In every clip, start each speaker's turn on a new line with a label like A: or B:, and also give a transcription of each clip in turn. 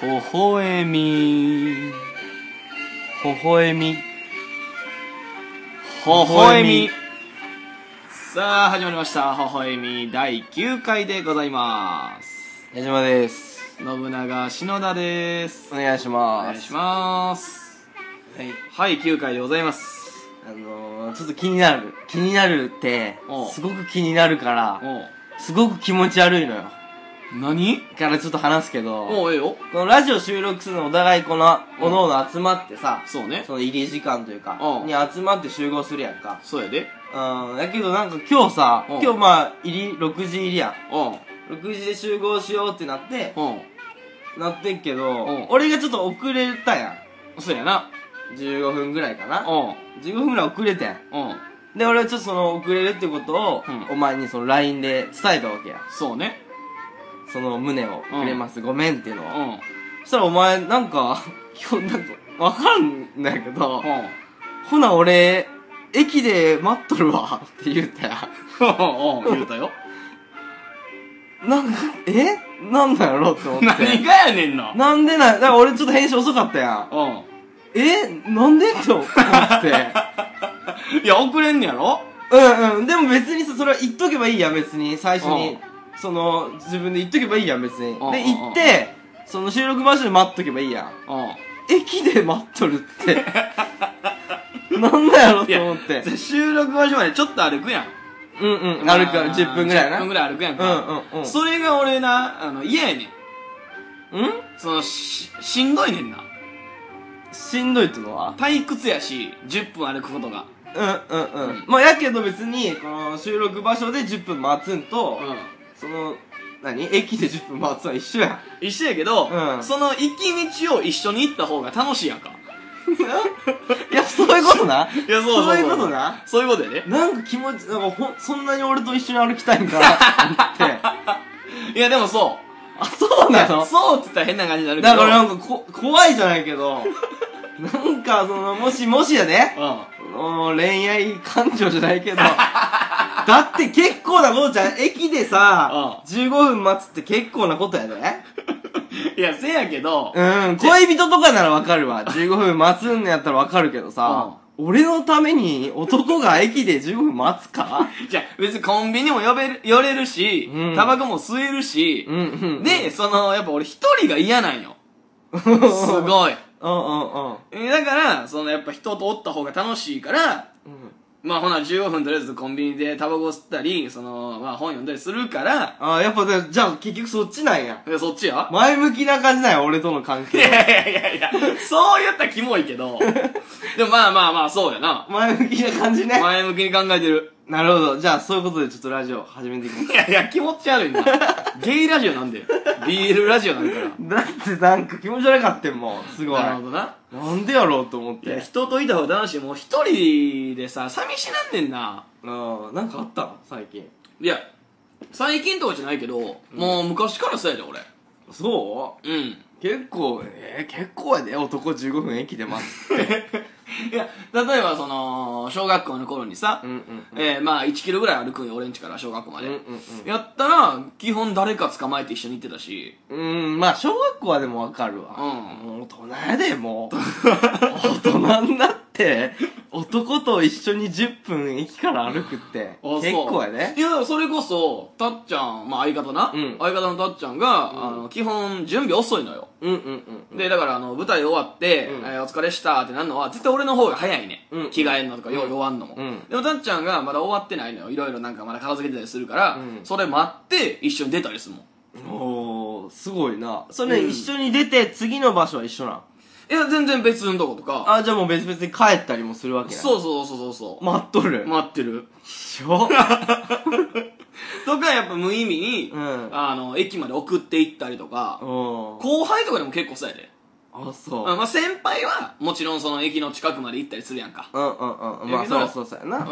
A: ほほえみほほえみほほえみさあ始まりました「ほほえみ」第9回でございます
B: 矢島です
A: 信長篠田です
B: お願いし
A: お
B: ます
A: 願いします
B: はい
A: はい9回でございます
B: あのー、ちょっと気になる気になるって
A: おう
B: すごく気になるから
A: おう
B: すごく気持ち悪いのよ
A: 何
B: からちょっと話すけど
A: おうええよ
B: このラジオ収録するのお互いこの
A: うん
B: おのおの集まってさ
A: そうね
B: その入り時間というか
A: うん
B: に集まって集合するやんか
A: そうやで
B: うんだけどなんか今日さ
A: うん
B: 今日まあ入り6時入りやん
A: おうん
B: 6時で集合しようってなって
A: おうん
B: なってんけ
A: うん
B: ど俺がちょっと遅れたや
A: そうやなん
B: 15分ぐらいかな
A: おうん
B: 15分ぐらい遅れてん
A: おうん
B: で俺はちょっとその遅れるってことを、
A: うん
B: お前にその LINE で伝えたわけや
A: そうね
B: その胸をくれます、ごめんっていうの
A: う
B: を、
A: んうん
B: そしたらお前なんか 今日なんかわかんないけど、ほな俺駅で待っとるわって言うたや
A: お うん言うたよ
B: なんかえなんだろうって思って
A: 何がやねんな
B: なんでなだから俺ちょっと返信遅かったやん
A: う
B: えなんでって思っ て
A: ん。いや、遅れんねやろ
B: うんうんでも別にさそれは言っとけばいいやん別に最初
A: う
B: にその自分で言っとけばいいやん別にで
A: うんうんうん
B: 行ってその収録場所で待っとけばいいやん
A: う
B: 駅で待っとるってなんだやろ
A: いや
B: と思って
A: ん。収録場所までちょっと歩くやん。
B: うんうん歩くから10分ぐらい
A: 10
B: なう
A: 分
B: ん
A: ぐらい歩くやん
B: う
A: か。
B: んうん
A: それが俺な、あの、嫌やねん。
B: うん
A: その、し、しんどいねんな。
B: しんどいってのは
A: 退屈やし、10分歩くことが。
B: うんうんう
A: うん
B: んまあやけど別にこの収録場所で10分待つんと
A: うん。
B: その何駅で10分待つのは一緒やん
A: 一緒やけど、
B: うん
A: その行き道を一緒に行った方が楽しいやんか。
B: いやそういうことない
A: や、そうそう。
B: そういうことな
A: そういうことやね。
B: なんか気持ち、なんかほん、そんなに俺と一緒に歩きたいんかなって思って。
A: いや、でもそう。
B: あ、そう
A: い
B: な
A: や
B: の
A: そうって言ったら変な感じになるけど。
B: だからなんかこ、怖いじゃないけど、なんかその、もしもしやね、
A: う
B: その恋愛感情じゃな いけど、だって結構なことじゃん。駅でさ、15分待つって結構なことやで。
A: ん。い や、せやけど、
B: うん、恋人とかならわかるわ。15分待つんやったらわかるけどさ、俺のために男が駅で15分待つか
A: じゃあ別にコンビニも呼べる、寄れるし、
B: うん
A: タバコも吸えるし
B: う、んうん。
A: で、その、やっぱ俺一人が嫌なんよ。
B: すごい。うん
A: すごい。
B: うんうん。
A: えだから、そのやっぱ人とおった方が楽しいから、
B: うん
A: まあほな15分とりあえずコンビニでタバコ吸ったり、その、まあ本読んだりするから、
B: ああ、やっぱね、じゃあ結局そっちなんや。
A: でそっちや
B: 前向きな感じなんや、俺との関
A: い
B: 係。
A: やいやいやいや、そう言ったらキモいけど、でもまあまあまあそうやな。
B: 前向きな感じね。
A: 前向きに考えてる。
B: なるほど。じゃあ、そういうことでちょっとラジオ始めていきます。
A: いやいや、気持ち悪いな。ゲイラジオなんだよ。ビールラジオなんだから。
B: だってなんか気持ち悪かったんもん、すごい。
A: なる
B: な
A: ほどな。
B: んでやろうと思っ
A: いや、
B: て。
A: 人といた方が楽しい。もう一人でさ、寂しなんねんな。
B: ああ、なんかあったの最近。
A: いや、最近とかじゃないけど、もう昔からそうやで、俺。
B: そ
A: うん。
B: う結構、えー、結構やで、男15分駅で待つ。
A: いや、例えばその、小学校の頃にさ、
B: うんうん。
A: えー、まあ1キロぐらい歩くんよ、俺んちから小学校ま
B: うん
A: で。
B: うん
A: やったら、基本誰か捕まえて一緒に行ってたし、
B: うん。うん、まあ、小学校はでもわかるわ。
A: うん
B: もう大人やで、も う。大人になって、男と一緒に10分駅から歩くっ
A: あ
B: て、
A: そう
B: 結構やね
A: い。や、それこそ、たっちゃん、まあ相方な、
B: うん
A: 相方のたっちゃんが、あの、基本準備遅いのよ。
B: うんうんうん。
A: で、だから、あの、舞台終わって、
B: うん
A: えーお疲れしたってなるのは、絶対俺の方が早いね。
B: うん
A: 着替えんのとか、
B: うん
A: よう弱んのも、
B: うん
A: でも、たっちゃんがまだ終わってないのよ。いろいろなんかまだ片付けてたりするから、
B: うん
A: それ待って、一緒に出たりするもん。
B: おー、すごいな。それ、
A: うん
B: 一緒に出て、次の場所は一緒なん。
A: いや、全然別のとことか。
B: あ、じゃあもう別々に帰ったりもするわけや。
A: そうそうそうそうそう。
B: 待っとる。
A: 待ってる。
B: しょ
A: とか、やっぱ無意味に、
B: うん。
A: あの、駅まで送っていったりとか、
B: おー。
A: 後輩とかでも結構そうやで。
B: あ、そう。
A: あまあ、先輩は、もちろんその駅の近くまで行ったりするやんか。
B: うんうんうん。ま
A: や
B: あ、
A: けど
B: そうそうそうやな。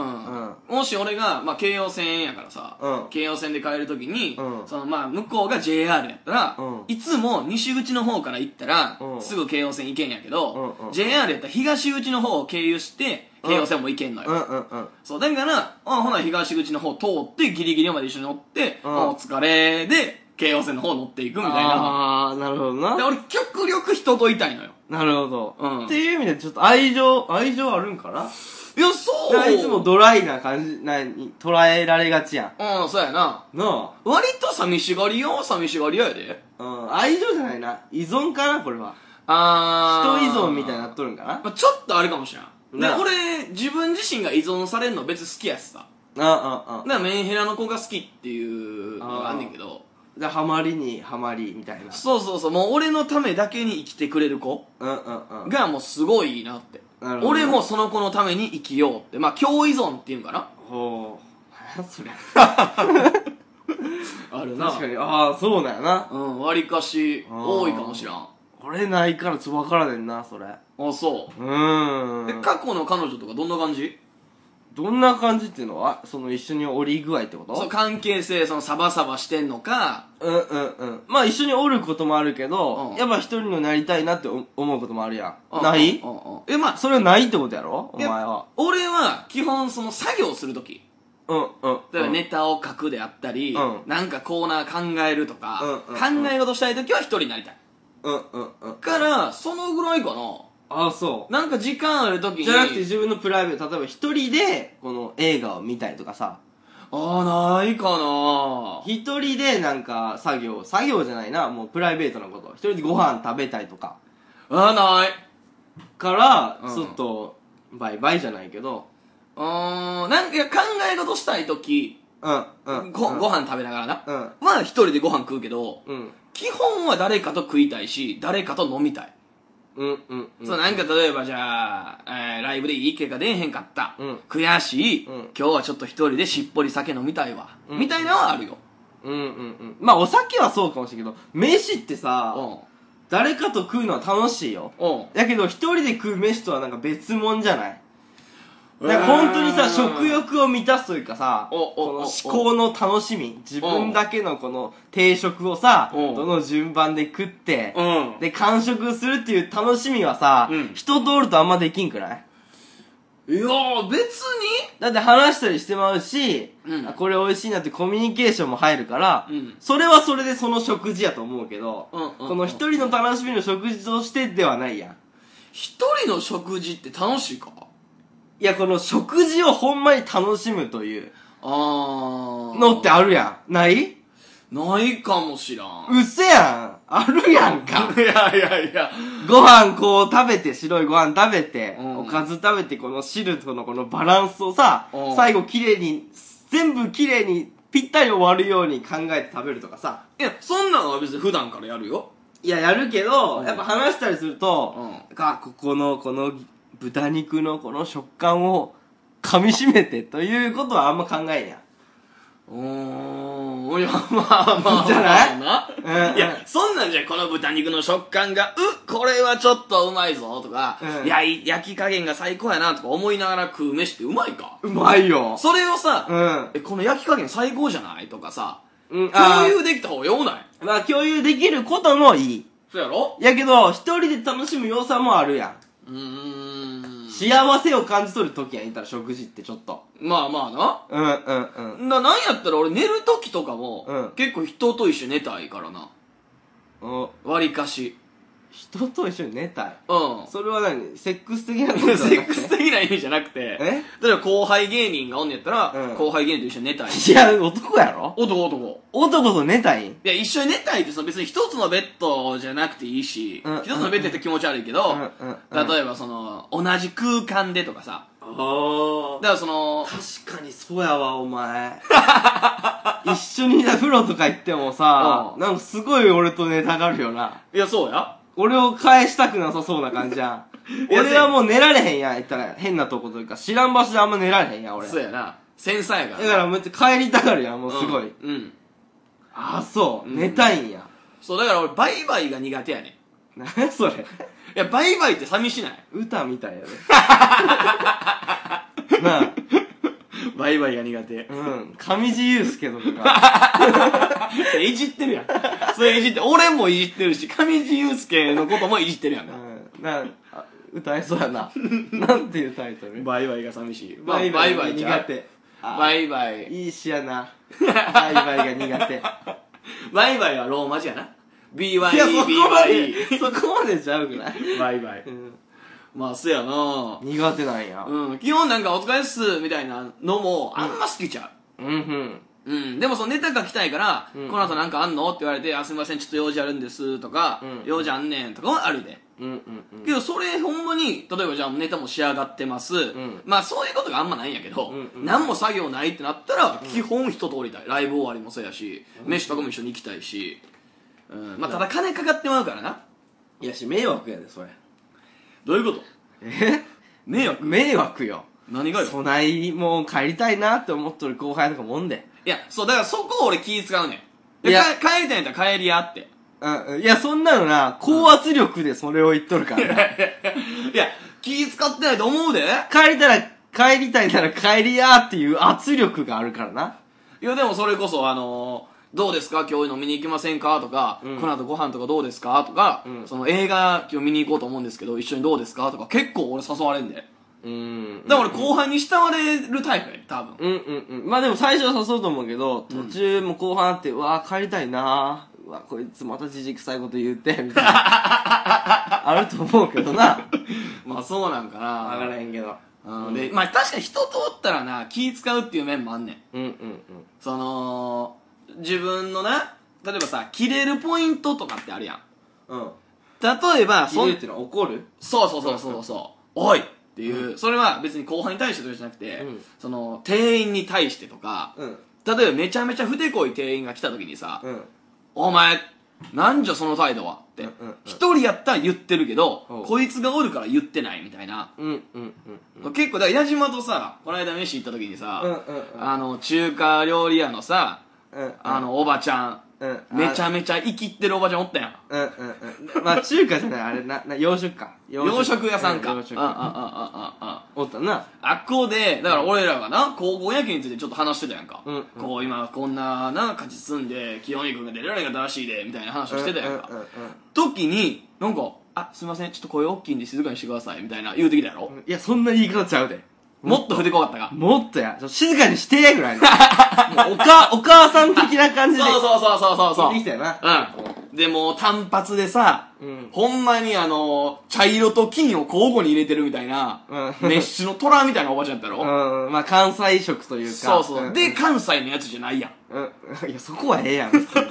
A: うん、もし俺が、まあ、京葉線やからさ、
B: うん
A: 京葉線で帰るときに、
B: うん
A: そのまあ、向こうが JR やったら、
B: うん
A: いつも西口の方から行ったら、
B: うん
A: すぐ京葉線行けんやけど、
B: うんうん
A: JR やったら東口の方を経由して
B: うん
A: 京葉線も行けんのよ、
B: うんうんうん。
A: そうだからあほな東口の方通ってギリギリまで一緒に乗って、
B: うん
A: あお疲れで京王線の方乗っていくみたいな。
B: ああー、なるほど
A: で、
B: な。
A: 俺、極力人といたいのよ。
B: なるほど、
A: うん
B: っていう意味で、ちょっと愛情、愛情あるんかない
A: や、そう
B: だからいつもドライな感じ、なに、捉えられがちや
A: うん、そうやな。
B: ん。な
A: 割と寂しがり屋は寂しがり屋やで。
B: あ。うん、愛情じゃないな。依存かな、これは。
A: あ
B: 人
A: ー。
B: 依存みたいになっとるんかな。
A: まあ、ちょっとあれかもしれん。で、
B: なあ
A: 俺、自分自身が依存されるの別に好きやしさ。
B: ああ、あ
A: だからメンヘラの子が好きっていうのがあんねんけど。
B: あ。じゃあ、ハマりにハマりみたいな。
A: そうそうそう、もう俺のためだけに生きてくれる子
B: うんうんうん。
A: がもうすごいいいなって。
B: なるほど
A: 俺もその子のために生きようって。まあ、共依存っていうのかな
B: ほう。 なんやそれ。
A: ある
B: 確かに。ああ、そうだよな。
A: うん、割かし、
B: あー
A: 多いかもしらん。
B: 俺ないからちょっとわからねんな、それ。
A: あ、そうう。
B: ー
A: で、
B: ん。
A: 過去の彼女とかどんな感じ
B: どんな感じっていうのはその一緒におり具合ってこと
A: そう、関係性、そのサバサバしてんのか、
B: うんうんうん。まあ一緒におることもあるけど、
A: うん
B: やっぱ一人のなりたいなって思思うこともあるやん。
A: うん
B: ない、
A: うんうんえ、まあ、
B: それはないってことやろお
A: いや
B: 前は。
A: 俺は基本その作業するとき、
B: うんうん。
A: 例えばネタを書くであったり、
B: うん
A: なんかコーナー考えるとか、
B: うんうんうん
A: 考え事したいときは一人になりたい。
B: うん。うんうんうん。
A: から、そのぐらいか
B: ああ、そ
A: な。なんか時間あるとき
B: う。
A: に。
B: じゃなくて自分のプライベート、例えば一人で、この映画を見たりとかさ、
A: あー、ないかな
B: 一人でなんか作業、作業じゃないな、もうプライベートなこと、一人でご飯食べたりとか、
A: あー、ない。
B: から、
A: うん
B: ちょっと、バイバイじゃないけど、
A: うーん、なんかいや考え事したいとき、
B: うんうん。
A: ご、ご
B: 飯。
A: 飯食べながらな。
B: うん。
A: まあ一人でご飯食うけど、
B: うん。
A: 基本は誰かと食いたいし、誰かと飲みたい。
B: うんうんうん。
A: そう、なんか例えばじゃあ、えーライブでいい結果出えへんかった。
B: うん
A: 悔しい、
B: うん
A: 今日はちょっと一人でしっぽり酒飲みたいわ。
B: うん
A: みたいなのはあるよ。
B: うんうんうん。まあお酒はそうかもしれんけど、飯ってさ、
A: う
B: 誰かと食うのは楽しいよ。
A: ん。うん。
B: だけど一人で食う飯とはなんか別物じゃないだから
A: うーん
B: 本当にさ、食欲を満たすというかさ、
A: おお
B: こ
A: お
B: の思考の楽しみ、自分だけのこの定食をさ、
A: お
B: どの順番で食って、
A: うん。
B: で、完食するっていう楽しみはさ、
A: うん
B: 人とおるとあんまできんくない
A: いやー、別に
B: だって話したりしてまうし、
A: うん
B: あこれ美味しいなってコミュニケーションも入るから、
A: うん
B: それはそれでその食事やと思うけど、
A: うんうんうん
B: この一人の楽しみの食事としてではないやん。
A: 一人の食事って楽しいか
B: いや、この食事をほんまに楽しむという
A: あー。
B: のってあるやん。ない
A: ないかもしらん。。
B: うっせやん。あるやんか
A: いやいやいや。
B: ご飯こう食べて、白いご飯食べて、
A: うん
B: おかず食べて、この汁とのこのバランスをさ、
A: うん
B: 最後綺麗に、全部綺麗にぴったり終わるように考えて食べるとかさ。
A: いや、そんなのは別に普段からやるよ。
B: いや、やるけど、
A: うん
B: やっぱ話したりすると、が、ここの、この豚肉のこの食感を噛み締めてということはあんま考えんやん。
A: うーん。いや、まあまあまあ。
B: じゃない
A: な
B: うん
A: いや、そんなんじゃ、この豚肉の食感が、うこれはちょっとうまいぞ、とか、
B: うん
A: いやい焼き加減が最高やな、とか思いながら食う飯ってうまいか
B: うまいよ。
A: それをさ、
B: うん。
A: え、この焼き加減最高じゃないとかさ、
B: うん、あ
A: 共有できた方がようない
B: ーまあ、共有できることもいい。
A: そうやろ
B: やけど、一人で楽しむ良さもあるや
A: うー
B: ん。
A: ん。
B: 幸せを感じ取る時やん、言ったら食事ってちょっと。
A: まあまあな。
B: うん、うん、うん。
A: な、なんやったら俺寝る時とかも、
B: うん
A: 結構人と一緒に寝たいからな。
B: お
A: 割かし。
B: 人と一緒に寝たい。
A: うん。
B: それは何セックス的なこと
A: セ
B: じゃ
A: ッ
B: なくて
A: クス的な意味じゃなくて、
B: え
A: 例えば後輩芸人がおんねやったら、
B: うん
A: 後輩芸人と一緒に寝たい。
B: いや、男やろ
A: 男男。
B: 男と寝たいん
A: いや、一緒に寝たいってその別に一つのベッドじゃなくていいし、
B: うん
A: 一つのベッドって気持ち悪いけど、
B: うんうんうん
A: 例えばその、同じ空間でとかさ、
B: あ
A: だからその、
B: 確かにそうやわ お前一緒に風呂とか行ってもさ
A: うん
B: なんかすごい俺と寝たがるよない
A: や、そうや。
B: 俺を返したくなさそうな感じや ん
A: いや
B: 俺はもう寝られへんやん言ったら変なとこというか知らん場所であんま寝られへんやん俺
A: そう
B: だ
A: やな。繊細やから。
B: からめっちゃ帰りたがるやんも
A: う、
B: うんすご
A: う
B: い、
A: ん。
B: ああそう、
A: うん
B: 寝たいんや
A: そう、だから俺、バイバイが苦手やねん。い
B: 何それ
A: や、バイバイって寂しない。
B: 歌み たいやでなあ
A: バイバイが苦手。
B: うん上地雄介とか
A: いじってるやん。それいじって、俺もいじってるし、上地雄介のこともいじってるやん
B: う
A: か。
B: んなあ歌えそうやな なんていうタイトル
A: バイバイが寂しい。
B: バイバイが
A: ちゃ
B: 苦
A: う
B: 手。あ
A: バイバイ。
B: いい詩やな。バイバイが苦手。
A: バイバイはローマ字やな。BYE、
B: いや、そこまで
A: BYE。、
B: そこまでちゃうくない
A: バイバイ
B: う。ん
A: まあ、そやな
B: 苦手なんや。
A: うん。基本なんかお疲れっす、みたいなのも、あんま好きちゃ
B: うん、うん。
A: う。うん。でもそのネタ書きたいから、
B: うん
A: この後なんかあんのって言われて、あ、すみません、ちょっと用事あるんです、とか、
B: うん
A: 用事あんねん、とかはあるで。
B: うん、うん、うん。
A: けどそれほんまに例えばじゃあネタも仕上がってます、
B: ん
A: まあそういうことがあんまないんやけど、
B: うんうん
A: 何も作業ないってなったら基本一通りだいライブ終わりもそうやし、飯とかも一緒に行きたいし、うん、まあただ金かかってまうからない
B: やし、迷惑やで、それ。
A: どういうこと
B: え
A: 迷惑
B: 迷惑よ。
A: 何がよ
B: そない、もう帰りたいなって思っとる後輩とかもんで。
A: いやそうだからそこを俺気使うねんで
B: いや
A: か帰りたいんやったら帰りやって
B: うん、いや、そんなのな、高圧力でそれを言っとるから な。
A: いや気使ってないと思うで
B: 帰りたら、帰りたいなら帰りやーっていう圧力があるからな。
A: いやでもそれこそあのーどうですか今日飲みに行きませんかとか、
B: うん
A: この後ご飯とかどうですかとか、
B: うん
A: その映画今日見に行こうと思うんですけど一緒にどうですかとか結構俺誘われんでだか
B: うん
A: ら俺後半に慕われるタイプやで多分、
B: うんうんうん。まあでも最初は誘うと思うけど、途中も後半あって、うわー帰りたいなーうわ、こいつまたじじくさいこと言うて、みたいな。あると思うけどな。
A: まあそうなんかな
B: わからへんけど。
A: うん、でまあ確かに人とおったらな気使うっていう面もあんねん
B: うんうんうん。
A: その自分のな例えばさキレるポイントとかってあるやん
B: うん。
A: 例えばそ
B: そ
A: ん
B: うってのは怒る
A: そうそうそうそうそう、おいっていう、それは別に後輩に対してとかじゃなくて、
B: うん
A: その店員に対してとか、
B: うん。
A: 例えばめちゃめちゃふてこい店員が来た時にさ「
B: うん。
A: お前なんじゃその態度は」って
B: うんうんうん
A: 一、人やったら言ってるけど
B: おう
A: こいつがおるから言ってないみたいな、
B: うんうんうんうん。
A: 結構だから矢島とさこの間飯行った時にさ、
B: うんうんうん
A: あの中華料理屋のさ
B: うん。
A: あ、のおばちゃん、
B: うん。
A: めちゃ
B: あ。
A: めちゃ生きってるおばちゃんおったやん
B: うんうんうん。まあ中華じゃない、あれ、な、な、洋食か。
A: 洋食屋さんか、あ
B: う洋
A: あ
B: 食
A: あああああ
B: おったな。
A: あっこで、だから俺らがな、高校野球についてちょっと話してたやんか。
B: うんうん
A: こう今、こんな、な、勝ち進んで、清美君が出られなかったらしいで、みたいな話をしてたやんか。
B: うんうん
A: 時に、なんか、あ、すいません、ちょっと声大きいんで静かにしてください、みたいな言うてきたやろ。
B: うんうん。いや、そんな言い方ちゃうで。
A: もっとふてこかったか。
B: もっとや、ちょ静かにしてぐらいの。 もうおか、お母さん的な感
A: そう
B: じで。
A: そうそうそうそうそう。
B: できたよな。
A: うん。で、もう単発でさ、
B: うん
A: ほんまにあの、茶色と金を交互に入れてるみたいな、
B: うん
A: メッシュの虎みたいなおばちゃんやったろ。
B: うん、まあ関西色というか。
A: そうそう。
B: ん
A: で、、関西のやつじゃないやん。
B: うん、いや、そこはええやん。別に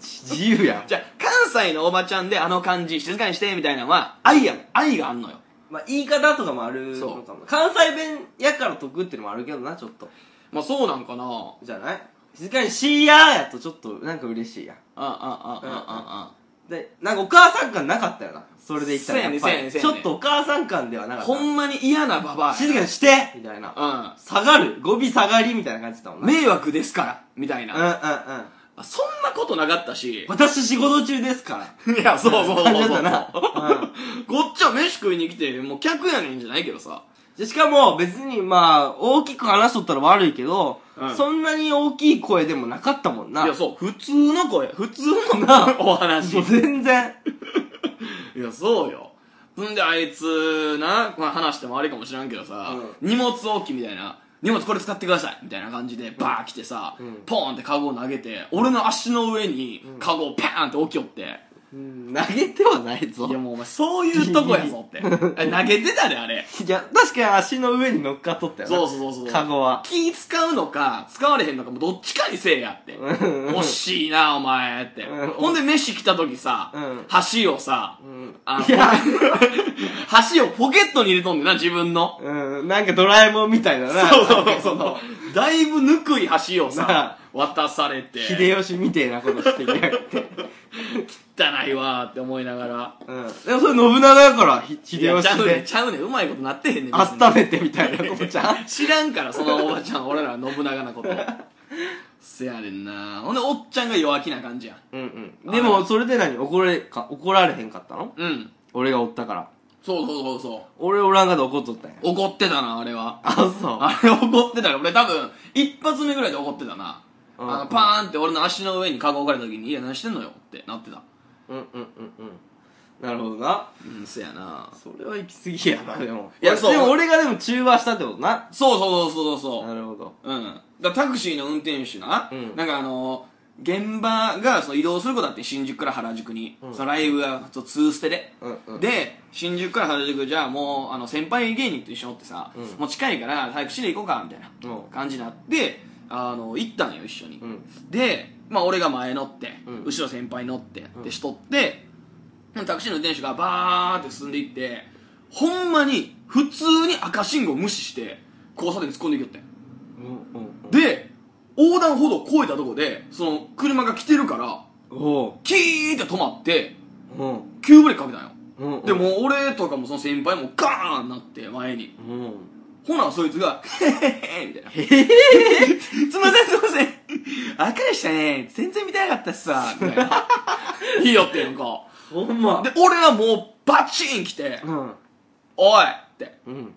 B: 自由やん。
A: じゃあ、関西のおばちゃんであの感じ、静かにして、みたいなのは、愛や、愛があんのよ。
B: まあ言い方とかもある
A: の
B: の
A: か
B: かも。関西弁やから得ってのもあるけどな、ちょっと。
A: まあ、そうなんかなあ
B: じゃない静かにしーやーやとちょっとなんか嬉しいやん。
A: あ、ああ、ああ、
B: で、なんかお母さん感なかったよな。それで言ったら
A: せやね
B: っぱり
A: せやねせや
B: ち
A: ね
B: ょっとお母さん感ではな
A: あ
B: か
A: あ。
B: っ
A: ほんまに嫌なババ
B: た。
A: ア。
B: 静かにしてみたいな。
A: うん。
B: 下がる語尾下がりみたいな感じだもんな。
A: 迷惑ですから、みたい
B: うんうん
A: な。
B: うん。
A: そんなことなかったし。
B: 私仕事中ですから。
A: いや、そうそうそう
B: 感じ
A: そ
B: だ
A: う。
B: ったな
A: こっちは飯食いに来て、もう客やねんじゃないけどさ。
B: でしかも別にまあ、大きく話しとったら悪いけど、
A: うん
B: そんなに大きい声でもなかったもんな。
A: いや、そう、普通の声、普通の
B: な
A: お話
B: もう。全然。
A: いや、そうよ。んで、あいつ、な、まあ、話してもあれかもしらんけどさ、荷物置きみたいな、荷物これ使ってくださいみたいな感じで、バー来てさ、
B: ん
A: ポーンってカゴを投げて、俺の足の上にカゴをパーンって置きよって、
B: うん投げてはないぞ。
A: いやもうお前そういうとこやぞ って。え投げてたで、あれ。
B: いや、確かに足の上に乗っかっとったよな。
A: そうそうそうそう。
B: カゴは。
A: 気使うのか、使われへんのか、もうどっちかにせえやって。惜しいな、お前って。
B: うん
A: ほんで、飯来た時さ、
B: うん
A: 橋をさ、
B: うん
A: あの
B: いや、
A: 箸をポケットに入れとんねんな、自分の。
B: うん、なんかドラえもんみたいだな。
A: そうそうそうそう。だいぶぬくい箸を
B: な
A: さ
B: あ、
A: 渡されて、
B: 秀吉みてえなことしてきやがって。
A: 汚いわーって思いながら。
B: うん。でもそれ信長やから、ひ
A: い
B: 秀
A: やちゃ
B: 吉
A: うねん
B: で。
A: ちゃうねんうまいことなってへんねん。別に
B: 温めてみた いなことじゃん
A: 知らんから、そのおばちゃん、俺らは信長なこと。せやねんなほんで、おっちゃんが弱気な感じやん。
B: うんうん。でも、それで何怒れか、怒られへんかったの
A: うん。
B: 俺がおったから。
A: そうそうそうそう。
B: 俺おらんかったら怒っとったんや。
A: 怒ってたな、あれは。
B: あ、そ
A: あれ怒ってたよ。俺多分、一発目ぐらいで怒ってたな。あ
B: うん
A: の、パーンって俺の足の上にカゴ置かれた時に、いや、何してんのよってなってた。
B: う。うんうんうんうん。なるほどな。
A: うん、せやな
B: それは行き過ぎやな、でも。
A: いやそう
B: でも俺がでも中和したってことな。
A: そうそうそうそうそう。
B: なるほど。
A: うん。だからタクシーの運転手な、
B: うん
A: なんかあのー現場がその移動することだって新宿から原宿に、
B: うん
A: そのライブがそうツーステで、
B: うんうん
A: で新宿から原宿じゃあもうあの先輩芸人と一緒におってさ、
B: うん
A: もう近いから早くチリ行こうかみたい
B: うん
A: な感じになってあの行ったんよ一緒に、
B: うん
A: で、まあ、俺が前乗って、
B: うん
A: 後ろ先輩乗って、
B: うん
A: でしとってタクシーの運転手がバーって進んでいってほんまに普通に赤信号無視して交差点に突っ込んでいきよってん
B: うんうん
A: で横断歩道を越えたとこでその車が来てるから
B: お
A: キーって止まって
B: ううん
A: 急ブレーキかけたんよ
B: うん
A: でもう俺とかもその先輩もガーンなって前に
B: うん
A: ほなそいつが「へへへへ」みたいな
B: へへ
A: 「
B: へ
A: すいませんすいません 赤でしたね全然見たなかったっすわ」みたいないいよってなんか
B: ほんま
A: で俺はもうバチン来て
B: うん
A: 「おい!」って
B: うん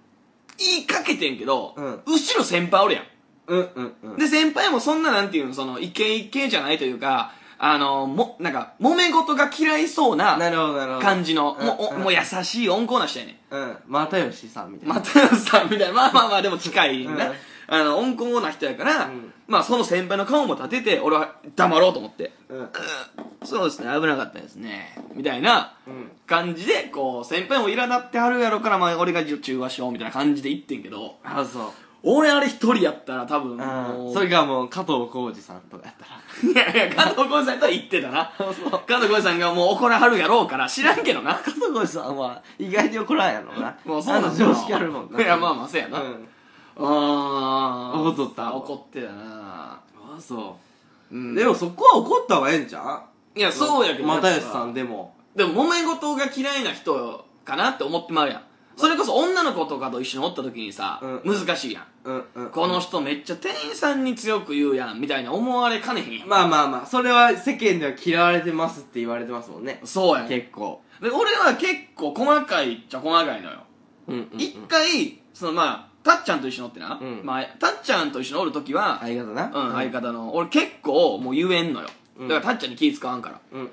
A: 言いかけてんけど、
B: うん
A: 後ろ先輩おるやん
B: うんうんうん
A: で、先輩もそんななんていうの、その、イケイケじゃないというか、あの、も、なんか、揉め事が嫌いそうな
B: なるほどなるほど
A: 感じの、
B: うん
A: もう、お
B: うん
A: もう優しい温厚な人やねん。
B: うん又吉さんみたいな
A: 又吉さんみたいな、まあまあまあ、でも近いな。
B: うん
A: あの、温厚な人やから、
B: うん
A: まあ、その先輩の顔も立てて、俺は黙ろうと思って。
B: うん
A: そうですね、危なかったですね。みたいな
B: うん
A: 感じで、こう、先輩も苛立ってはるやろから、まあ、俺が中和しようみたいな感じで言ってんけど、
B: あそう
A: 俺あれ一人やったら多分、も
B: うん
A: う
B: それがもう加藤浩次さんとかやったら
A: いやいや、加藤浩次さんとは言ってたな。加藤浩次さんがもう怒らはるやろうから知らんけど な。
B: 加藤浩次さんは意外に怒らんやろな
A: もうそうなんだ
B: あの常識あるもんない
A: や、まあまあ、そうやな。
B: う
A: あ
B: ん
A: あー
B: 怒っとった
A: 怒ってたな。
B: あそううんでもそこは怒った方がええんじゃん
A: いや、そうやけど。
B: 又吉さ
A: やっ
B: んでも
A: ぱでも、揉め事が嫌いな人かなって思ってまうやん。それこそ女の子とかと一緒におった時にさ、
B: うん
A: 難しいやん。
B: うんうん
A: この人めっちゃ店員さんに強く言うやん、みたいな思われかねへんやん。
B: まあまあまあそれは世間では嫌われてますって言われてますもんね
A: そうやん。で、
B: 結構
A: 俺は結構細かいっちゃ細かいのよ。
B: うんうんうん
A: 一回そのまあたっちゃんと一緒におってな、
B: うん
A: まあ、たっちゃんと一緒におる時は、
B: 相方な
A: うん相方の俺結構もう言えんのよ、
B: うん
A: だからたっちゃんに気使わんから
B: うんうん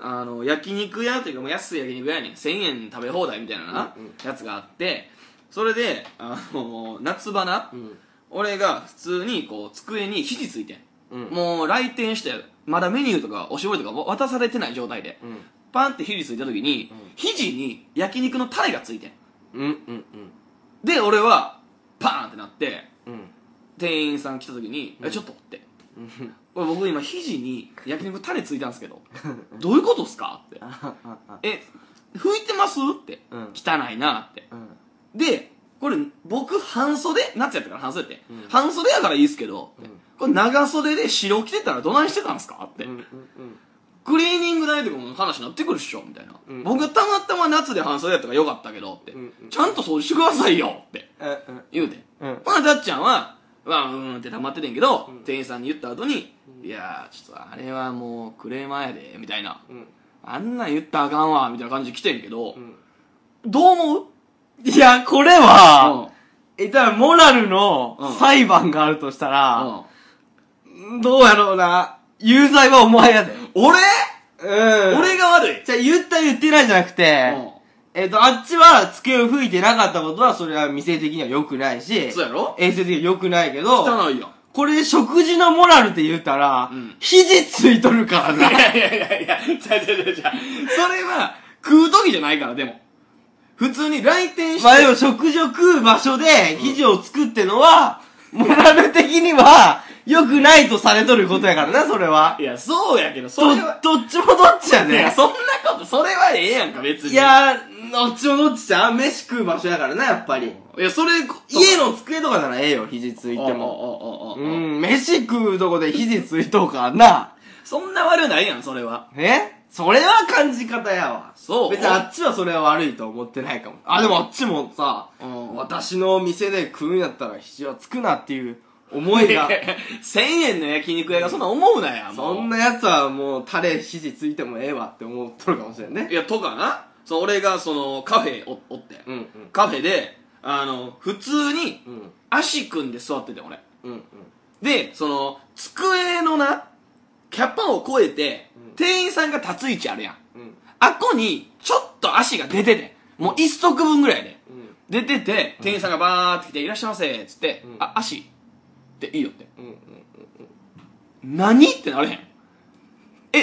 A: あの焼肉屋というかもう安い焼肉屋やねん1000円食べ放題みたいなな、
B: うんうん
A: やつがあってそれであの夏場な、
B: うん
A: 俺が普通にこう机に肘ついてん、
B: うん
A: もう来店してまだメニューとかおしぼりとか渡されてない状態で、
B: うん
A: パンって肘ついた時に、
B: うん
A: 肘に焼肉のタレがついてん
B: うんうん
A: で俺はパーンってなって
B: うん うん
A: 店員さん来た時に「えちょっと」って「俺僕今肘に焼肉タレついたんですけ どどういうことっすか?」って「え拭いてます?」って
B: うん
A: 「汚いな」って
B: うん
A: でこれ僕半袖夏やったから半袖やって、
B: うん
A: 半袖やからいいっすけど、
B: うん
A: これ長袖で白着てたらどないしてたんすかって、
B: うん
A: クリーニング代とかの話になってくるっしょみたいな、
B: うん
A: 僕がたまたま夏で半袖やったからよかったけどって、
B: うんうん
A: ちゃんと掃除してくださいよって
B: うん
A: 言うて、
B: うん
A: まあ、たっちゃんは、まあ、うーんって黙っててんけど、店員さんに言った後に、いやー、ちょっとあれはもうクレーマーやで、みたいな。
B: うん
A: あんなん言ったらあかんわ、みたいな感じで来てんけど、
B: ん
A: どう思う
B: いやこれはえだからモラルの
A: うん
B: 裁判があるとした
A: うん
B: らどうやろうな有罪はお前やで
A: 俺、
B: うん
A: 俺が悪い。
B: じゃあ言った言ってないじゃなくて
A: うん
B: えっ、と、あっちは机を拭いてなかったことは、それは店的には良くないし、
A: そうやろ
B: 衛生的には良くないけど、
A: 汚いよ。
B: これで食事のモラルって言ったら、
A: うん
B: 肘ついとるから
A: い
B: な。
A: やいやいやいや、ちゃうちゃうちゃうちゃうそれは、食う時じゃないから、でも。普通に来店して。
B: まあでも食事を食う場所で肘を作ってのは、モラル的には良くないとされとることやからな、それは。
A: いや、そうやけど、そ
B: ど、
A: れは。
B: どっちもどっちや
A: いや、
B: ね。
A: そんなこと、それはええやんか、別に。
B: い、やー、どっちもどっちじゃん飯食う場所やからな、やっぱり。
A: いや、それ、
B: 家の机とかならええよ、肘ついて
A: も
B: も。う。ん、飯食うとこで肘ついとうかな。
A: そんな悪ないやん、それは。
B: えそれは感じ方やわ。
A: そう
B: 別にあっちはそれは悪いとは思ってないかも。あ、でもあっちもさ、
A: うん
B: 私の店で食うんやったら肘はつくなっていう思いが。
A: 1000円の焼肉屋がそんな思うなや、もう
B: そん。なやつはもうタレ肘ついてもええわって思っとるかもしれんね
A: い。や、とかな、その俺がそのカフェおおって、
B: うんうん。
A: カフェで、あの、普通に
B: うん
A: 足組んで座ってて、俺。
B: うんうん。
A: で、その、机のな、キャパを超えて、
B: うん
A: 店員さんが立つ位置あるやん。
B: うん
A: あっこに、ちょっと足が出てて、もう一足分ぐらいで。
B: うん
A: 出てて、店員さんがバーって来て、いらっしゃいませっつって、
B: うん
A: あ、足っていいよって。
B: うんうん。
A: 何ってなれへん。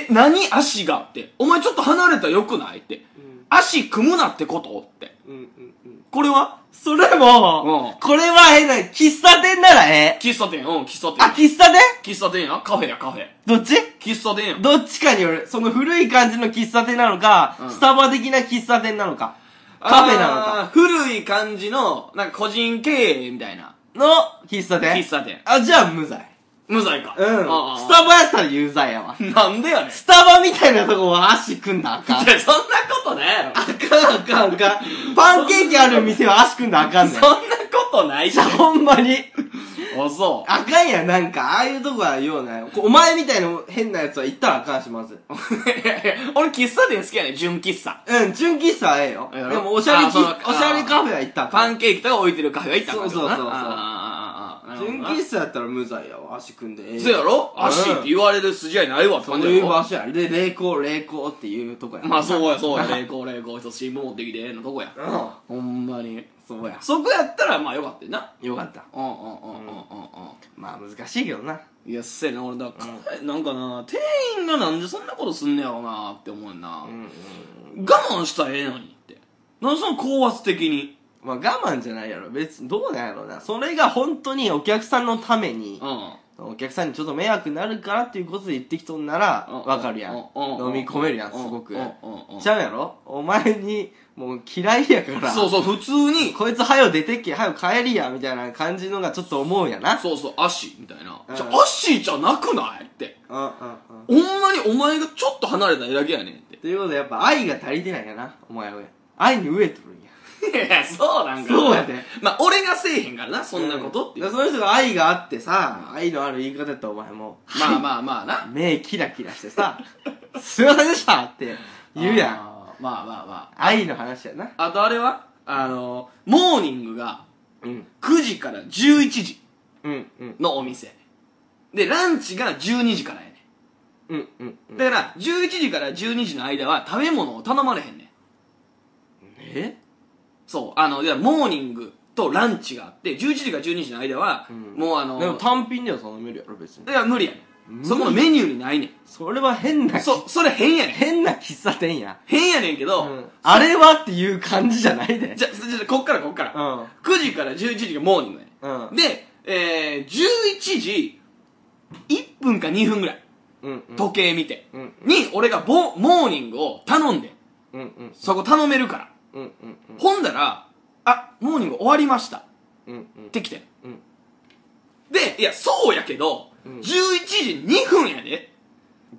A: え、何足がって。お前ちょっと離れたらよくないって。足組むなってことって。
B: うんうんうん
A: これは
B: それも、
A: うん
B: これは変だ喫茶店ならええ
A: 喫茶店、うん、喫茶
B: あ
A: 店。
B: 喫茶店
A: 喫茶店や。カフェや、カフェ。
B: どっち
A: 喫茶店や。
B: どっちかによるその古い感じの喫茶店なのか、
A: うん
B: スタバ的な喫茶店なのかカフェなの
A: あー
B: か
A: 古い感じの、なんか個人経営みたいな。
B: の喫茶店
A: 喫茶店。
B: あじゃあ無罪
A: 無罪か。
B: うん
A: ああ
B: スタバやったら有罪やわ
A: なんでやねん。い
B: スタバみたいなとこは足組んだらあかん
A: や、そんなことないやろ。
B: あかんあかんあかん。パンケーキある店は足組んだらあかんね
A: そ
B: ん
A: ん。なことないじゃん。
B: ほんまに。
A: あ、そ
B: あかんやん、なんか、ああいうとこはようない。こうお前みたいな変なやつは行ったらあかんし、ま
A: う。
B: ず。
A: いやいや 俺喫茶店好きやねん、純喫茶。
B: うん、純喫茶はええよ。
A: ええ
B: で
A: よ
B: も、おしゃれ
A: あその
B: 喫、おしゃれカフェは行ったらあ
A: パ
B: か
A: ン
B: ん。
A: ケーキとか置いてるカフェは行ったらあかんけどな
B: そうそうそうそ
A: あ
B: う
A: ーあーあーあーなるほど
B: 純
A: な
B: 喫茶やったら無罪やわ、足組んでええよ。
A: そうやろ足って言われる筋合いないわって
B: そ
A: 感
B: う
A: じ
B: い
A: や
B: う
A: ろ
B: 場所や。で、霊光、霊光っていうとこや。
A: まあそう
B: や。
A: やそうや冷凍冷凍一つ新聞持ってきてのとこや
B: うん、
A: ほんまに
B: そうや。
A: そこやったらまあよかったよな
B: よかった。
A: うんうんうんうんうんうん
B: まあ、難しいけどな。
A: いやせやな俺だから、なんかな店員がなんでそんなことすんねやろなって思うねんな、
B: うん。
A: 我慢したらええのにってなんでその高圧的に
B: まあ、我慢じゃないやろ。別に、どうなんやろな。それが本当にお客さんのために、
A: うん
B: お客さんにちょっと迷惑になるからっていうことで言ってきとんなら
A: うん
B: わかるやん
A: うん
B: 飲み込めるやんすごく
A: うんうんうんうん
B: ちゃうやろお前にもう嫌いやから
A: そうそう普通に
B: こいつ早よ出てっけ早よ帰りやみたいな感じのがちょっと思うやな
A: そうそう、アッシーみたいな。
B: うん
A: じゃアッシーじゃなくないって。
B: うんうんうんっ
A: ほんまにお前がちょっと離れただけやねんって。
B: ていうことでやっぱ愛が足りてないやなお前は愛に飢えとるんや
A: いや、そうなんかな。
B: そうやで
A: まあ、俺がせえへんからな、そんなことっていう。
B: だからその人が愛があってさ愛のある言い方やったらお前も
A: まあまあまあな。
B: 目キラキラしてさ「すいませんでした!」って言うやん
A: あー。まあまあま
B: 愛の話やな
A: あ。あとあれはあの、モーニングが
B: うん
A: 9時から11時
B: うんうん
A: のお店。で、ランチが12時からやね
B: うんうんうん
A: ん。だから、11時から12時の間は食べ物を頼まれへんねん。
B: え
A: そう。あの、いや、モーニングとランチがあって、11時から12時の間は、
B: うん
A: もうあの、
B: でも単品では頼めるやろ別に
A: いや、無理やね
B: 無
A: ん。
B: 理
A: そこのメニューにないねん。
B: それは変な
A: そ、それ変やねん。
B: 変な喫茶店や、
A: 変やねんけど、
B: あれはっていう感じじゃないで
A: じゃ、じゃ、こっからこっから。
B: うん
A: 9時から11時がモーニングやね
B: うん
A: ん。で、えー、11時、1分か2分ぐらい、
B: うん
A: 時計見て、
B: うん
A: に、俺がボ、モーニングを頼んでん、
B: うんうん
A: そこ頼めるから。
B: うんうんうん
A: ほんだら、あ、モーニング終わりました。っ
B: うん
A: て来てん。
B: うん
A: で、いや、そうやけど、
B: うん
A: 11時2分やで。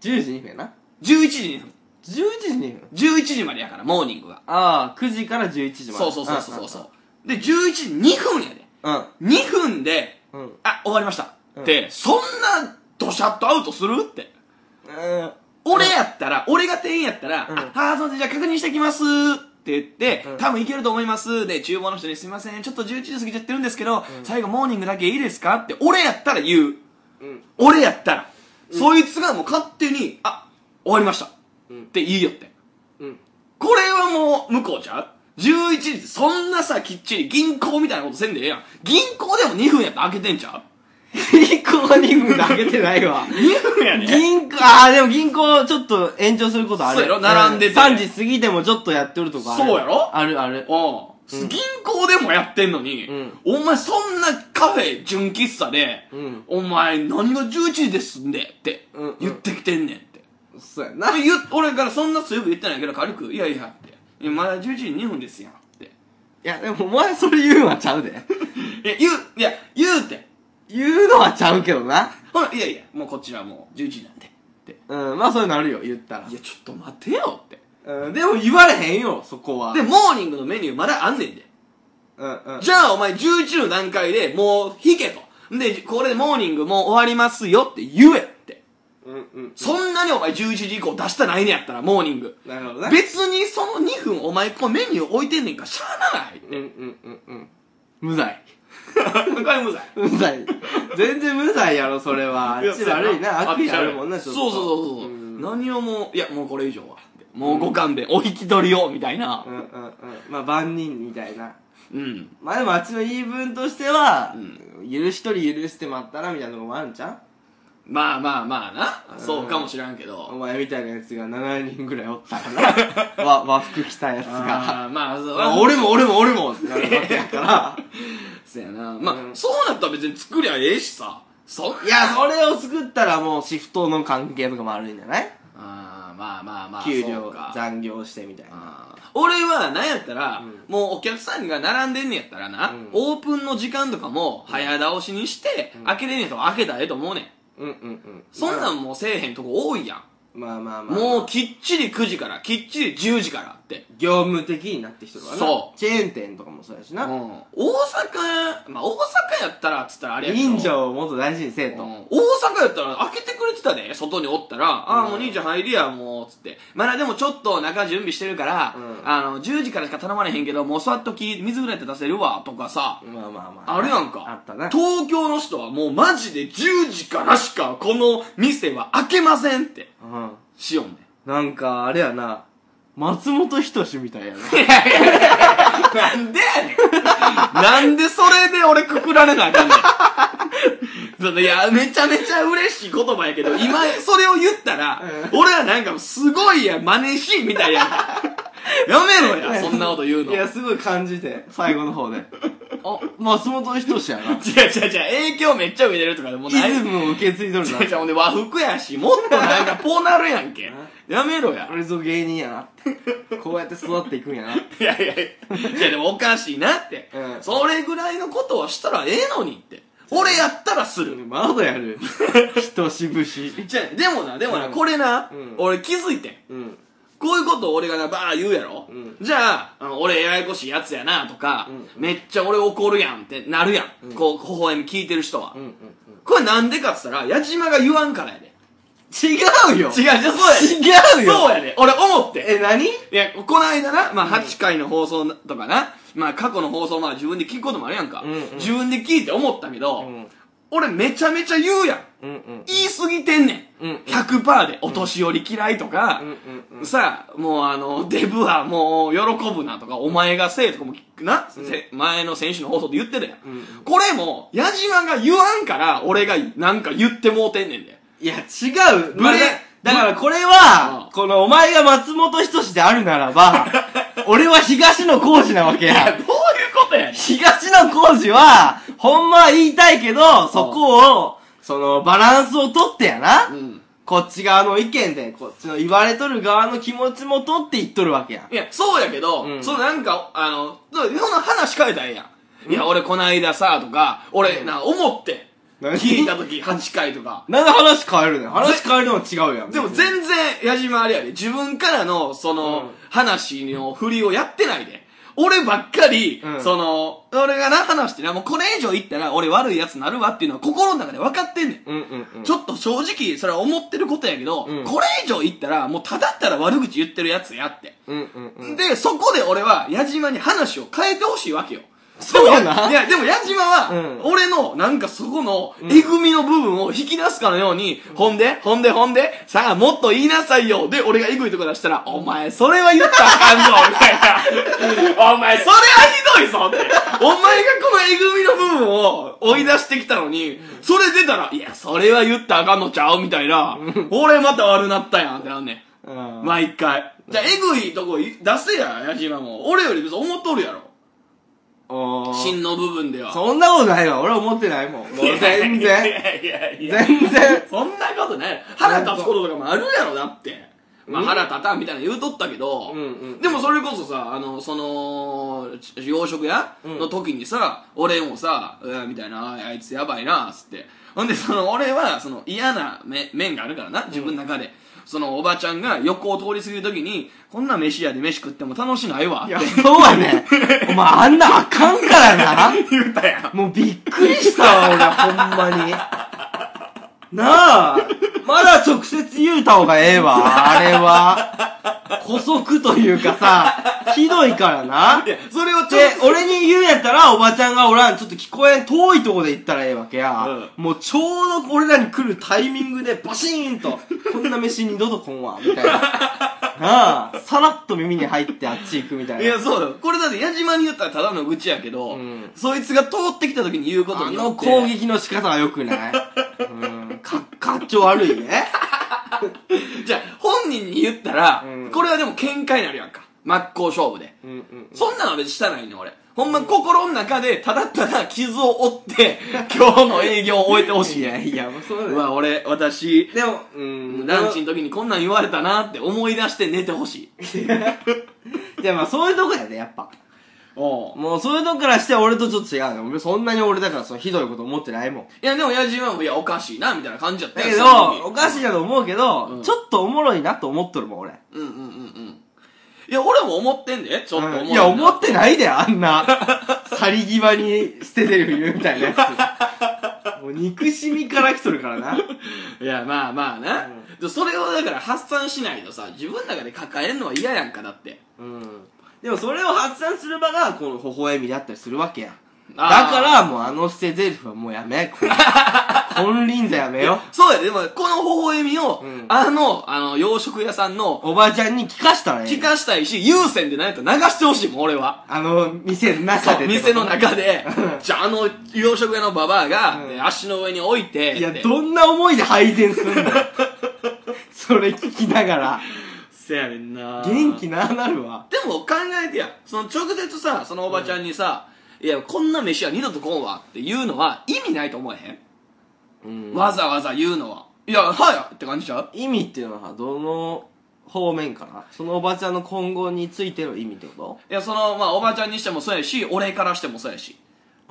B: 10時2分やな
A: 11時2分。
B: 10時2分
A: 11時までやから、モーニングが。
B: ああ9時から11時まで
A: そうそうそうそうそう。で、11時2分やで。
B: うんうん
A: 2分で、
B: うんうん
A: あ、終わりました。
B: うん
A: って、そんな、ドシャッとアウトするって。俺やったら、俺が店員やったら、
B: うん
A: あ、あー、そうですじゃあ確認してきますって言って、
B: うん
A: 多分いけると思います。で、厨房の人にすいません、ちょっと11時過ぎちゃってるんですけど、最後モーニングだけいいですかって、俺やったら言う。
B: うん
A: 俺やったら。そいつがもう勝手に、あ、終わりました。
B: うん
A: って言いよって。
B: うん
A: これはもう、向こうちゃう ?11 時、そんなさ、きっちり銀行みたいなことせんでええやん。銀行でも2分やったら開けてんちゃう
B: 銀行は2分で開けてないわ
A: ?2 分やで。
B: 銀行、ああ、でも銀行ちょっと延長することある。
A: そうやろ並んでて
B: 3時過ぎてもちょっとやってるとかある。
A: そうやろ
B: あるある。
A: うん。銀行でもやってんのに、
B: うん
A: お前そんなカフェ純喫茶で、
B: うん
A: お前何が11時ですんでって
B: うんうん
A: 言ってきてんねんって。
B: そうやな。
A: 言う俺からそんな強く言ってないけど軽く、いやいやって。いやまだ11時2分ですやんって。
B: いや、でもお前それ言うのはちゃうで。
A: いや、言う、いや、言うて。
B: 言うのはちゃうけどな。
A: ほら、いやいや、もうこっちはもう11時なんで。って。
B: うん、まあそういうのあるよ、言ったら
A: い。や、ちょっと待てよって。
B: うん、でも言われへんよ、そこは。
A: で、、モーニングのメニューまだあんねんで。
B: うんうん。
A: じゃあお前11の段階でもう引けと。んで、これでモーニングもう終わりますよって言えって。
B: うんうん。
A: そんなにお前11時以降出したないねやったら、モーニング。
B: なるほどな。
A: 別にその2分お前このメニュー置いてんねんからしゃあな
B: うんうんうんうん。無 罪。
A: ない。これ無罪。
B: 無 罪。全然無罪やろ、それは。あっち悪いな。悪意あるもんな、ちょ
A: そ
B: っ
A: うそ
B: と。
A: うそうそう。
B: ん
A: 何をもう、いや、もうこれ以上は。もうご勘弁、お引き取りを、みたいな
B: う。んうんうん。まあ万人みたいな。
A: うん。
B: まあでもあっちの言い分としては、
A: う
B: 許しとり許してまったらみたいなとこもあるんちゃ
A: まあまあまあな、そうかもしらんけど
B: お前みたいなやつが7人ぐらいおったから な和和服着たやつが
A: あーまあそう
B: あ俺も俺も俺もってなるわけやから
A: そうやなまあ、
B: うん
A: そうなったら別に作りゃええしさそん
B: いやそれを作ったらもうシフトの関係とかもあるんじゃない
A: あーまあまあまあ
B: 給
A: そう
B: 料
A: か
B: 残業してみたいな
A: あー俺はなんやったら、
B: う
A: もうお客さんが並んでんねやったらな、
B: うん
A: オープンの時間とかも早倒しにして、
B: ん
A: 開けれんねやったら開けたらええと思うねん
B: うんうんうん
A: そんなんもうせえへんとこ多いやん、
B: まあまあまあ
A: もうきっちり9時からきっちり10時からって
B: 業務的になってきてるからな
A: そう
B: チェーン店とかもそうやしな、
A: うん、大阪、まあ、大阪やったらっつったらあれやけど
B: 人情をもっと大事にせえ
A: うん
B: と、
A: 大阪やったら開けてくれてたで外におったら「ああもう兄ちゃん入りやもう」つって「まだでもちょっと中準備してるから、
B: うん
A: あの10時からしか頼まれへんけどもう座っとき水ぐらいやって出せるわ」とかさ
B: まあまあまあ
A: あるやんか
B: あったな
A: 東京の人はもうマジで10時からしかこの店は開けませんって
B: うん
A: しよんね
B: なんかあれやな松本人志みたいやな
A: なんでやねんなんでそれで俺くくられなあかんね んそのいや、めちゃめちゃ嬉しい言葉やけど、今、それを言ったら、俺はなんかすごいや、真似しいみたいやんか。 やめろや、そんなこと言うの。
B: い
A: 違う
B: やすごい感じて最後の方であ松本人志やな
A: 違う違う、影響めっちゃ受けてるとかでもうない。
B: イズ
A: 違
B: ムを受け継いどるな
A: う違う、ほんで和服やし、もっとなんかこうなるやんけ。やめろや。
B: 俺ぞ芸人やなってこうやって育っていくんやない
A: やいやいや、いやでもおかしいなって。
B: うん
A: それぐらいのことはしたらええのにって。俺やったらする。
B: まだやる人しぶし
A: じゃあでもな、でもな、
B: うん
A: これな、
B: うん
A: 俺気づいてん。
B: うん
A: こういうことを俺がな、ばー言うやろ。
B: うん
A: じゃああの、俺ややこしいやつやなとか、
B: う
A: めっちゃ俺怒るやんってなるやん。
B: うん
A: こう、微笑み聞いてる人は。
B: うんうん
A: これなんでかって言ったら、矢島が言わんからやで。
B: 違うよ
A: 違う、じゃあそうやで。
B: 違うよ
A: そうやで。俺思ってん。
B: え何
A: いや、この間な、まあ、8回の放送とかな、まあ、過去の放送、まあ、自分で聞くこともあるやんか。
B: うんうん
A: 自分で聞いて思ったけど、
B: うん
A: 俺めちゃめちゃ言うやん。
B: うんうん
A: 言い過ぎてんねん。
B: うんうん
A: 100%で、お年寄り嫌いとか、
B: うんうんうん
A: さあ、もうあの、デブはもう喜ぶなとか、お前がせえとかも、な、せ前の選手の放送で言ってたやん。
B: うん
A: これも、矢島が言わんから、俺がなんか言ってもうてんねんで。
B: いや、違う。
A: ブレ
B: まだだからこれ
A: う
B: は
A: ん、
B: このお前が松本人志であるなら ば、俺は東野幸治なわけ
A: いや、どう
B: や
A: いう。ことやねん。
B: 東野幸治は、ほんまは言いたいけど、そこを、その、バランスをとってやな。
A: うん
B: こっち側の意見で、こっちの言われとる側の気持ちもとって言っとるわけや。
A: いや、そうやけど、
B: うん
A: そのなんか、あの、その話変えたらええやん。いや、俺こないださ、とか、俺、
B: うん
A: な、思って、
B: 何
A: 聞いた時8回とか。
B: なんで話変えるねん話変えるの違うやん。
A: でも
B: 別に
A: 全然、矢島あれやで、自分からの、その、
B: うん
A: 話の振りをやってないで。俺ばっかり、
B: うん
A: その、俺がな、話してな、もうこれ以上言ったら俺悪いやつになるわっていうのは心の中で分かってんねん。
B: うんうんうん。
A: ちょっと正直、それは思ってることやけど、
B: うん
A: これ以上言ったら、もうただただ悪口言ってるやつやって。
B: うんうんうん。
A: で、そこで俺は、矢島に話を変えてほしいわけよ。
B: そうやな
A: でもいや、でも矢島は、
B: うん
A: 俺の、なんかそこの、
B: ん
A: えぐみの部分を引き出すかのように、ほんで、ほんで、ほんで、さあ、もっと言いなさいよ。で、俺がえぐいとこ出したら、お前、それは言ったらあかんぞ、みたいな。お前、それはひどいぞって。お前がこのえぐみの部分を追い出してきたのに、それ出たら、いや、それは言ったらあかんのちゃうみたいな。俺また悪なったやんってなんねん。
B: うん
A: 毎回。じゃあ、えぐいとこい出せや、矢島も。俺より別に思っとるやろ。
B: おー
A: 芯の部分では。
B: そんなことないわ。俺は思ってないもん。もう全
A: いや
B: 然。
A: いやいや。
B: 全然。
A: そんなことない。腹立つこととかもあるやろ、だって。まあ、
B: うん
A: 腹立たんみたいな言うとったけど、
B: うんうん
A: でもそれこそさ、あの、その、ち洋食屋
B: うん
A: の時にさ、俺もさ、うわみたいな、ああいつやばいな、つって。ほんで、その、俺は、その、嫌なめ面があるからな、自分の中で。その、おばちゃんが横を通り過ぎる時に、こんな飯屋で飯食っても楽しないわ、っ
B: い
A: て
B: や、そうはね。お前あんなあかんからな。
A: 言うたやん。
B: もうびっくりしたわ、俺、ほんまに。なあ、まだ直接言うた方がええわ、あれは。補足というかさ、ひどいからな。
A: いや、それをちょ
B: で、俺に言うんやったら、おばちゃんがおらん、ちょっと聞こえん、遠いとこで行ったらええわけや。もうちょうど俺らに来るタイミングで、バシーンと、こんな飯二度とこんわ、みたいな。なあ、さらっと耳に入ってあっち行くみたいな。
A: いや、そうだよ。これだって矢島に言ったらただの愚痴やけど、
B: うん
A: そいつが通ってきた時に言うこと
B: あ
A: に
B: の
A: よって。
B: 攻撃の仕方は良くないうん。か、かっちょ悪いね。
A: じゃあ、本人に言ったら、
B: うん
A: これはでも喧嘩になるやんか。真っ向勝負で。
B: うんうん。
A: そんなの別にしたないねん俺。ほんま心の中で、ただただ傷を負 って、今日の営業を終えてほし
B: い
A: い。
B: やいや、もうそう
A: う
B: だよ。
A: わ、俺、私、
B: でも、うん。
A: ランチの時にこんなん言われたなって思い出して寝てほしい。
B: いや、まあそういうとこやで、やっぱ。
A: お
B: もうそういうとこからして俺とちょっと違うの。俺そんなに俺だからそのひどいこと思ってないもん。
A: いや、でも矢島も、いや、おかしいな、みたいな感じやった
B: だ
A: よ
B: けど
A: その時、
B: おかしいなと思うけど、
A: うん
B: ちょっとおもろいなと思っとるもん、俺。
A: うんうんうんうん。いや、俺も思ってんで、ちょっと思
B: いや、思
A: っ
B: ってないで、あんな、去り際に捨ててる言うみたいなや つ。もう憎しみから来とるからな。
A: いや、まあまあな。でそれをだから発散しないとさ、自分の中で抱えんのは嫌やんか、だって。
B: うん。でもそれを発散する場が、この微笑みであったりするわけや。だ
A: あー
B: から、もうあの捨て台詞はもうや め。これ金輪際やめよ。
A: そうやで、でも、この微笑みを、
B: うん
A: あの、あの、洋食屋さんの、
B: おばちゃんに聞かしたらええ。
A: 聞かしたいし、優先でないと流してほしいもん、俺は。
B: あの、店の中
A: そう
B: で。
A: 店の。中で、じゃあ、あの、洋食屋のババアが、
B: うん
A: で足の上に置いて、
B: いや、
A: って
B: どんな思いで配膳すんのそれ聞きながら。
A: せやねんな
B: 元気ななるわ。
A: でも考えてやその直接さそのおばちゃんにさ、いやこんな飯は二度と来んわって言うのは意味ないと思えへん、わざわざ言うのはいやはいやって感じちゃう
B: 意味っていうのはどの方面かなそのおばちゃんの今後についての意味ってこ
A: いやそのまあおばちゃんにしてもそうやし俺からしてもそうやし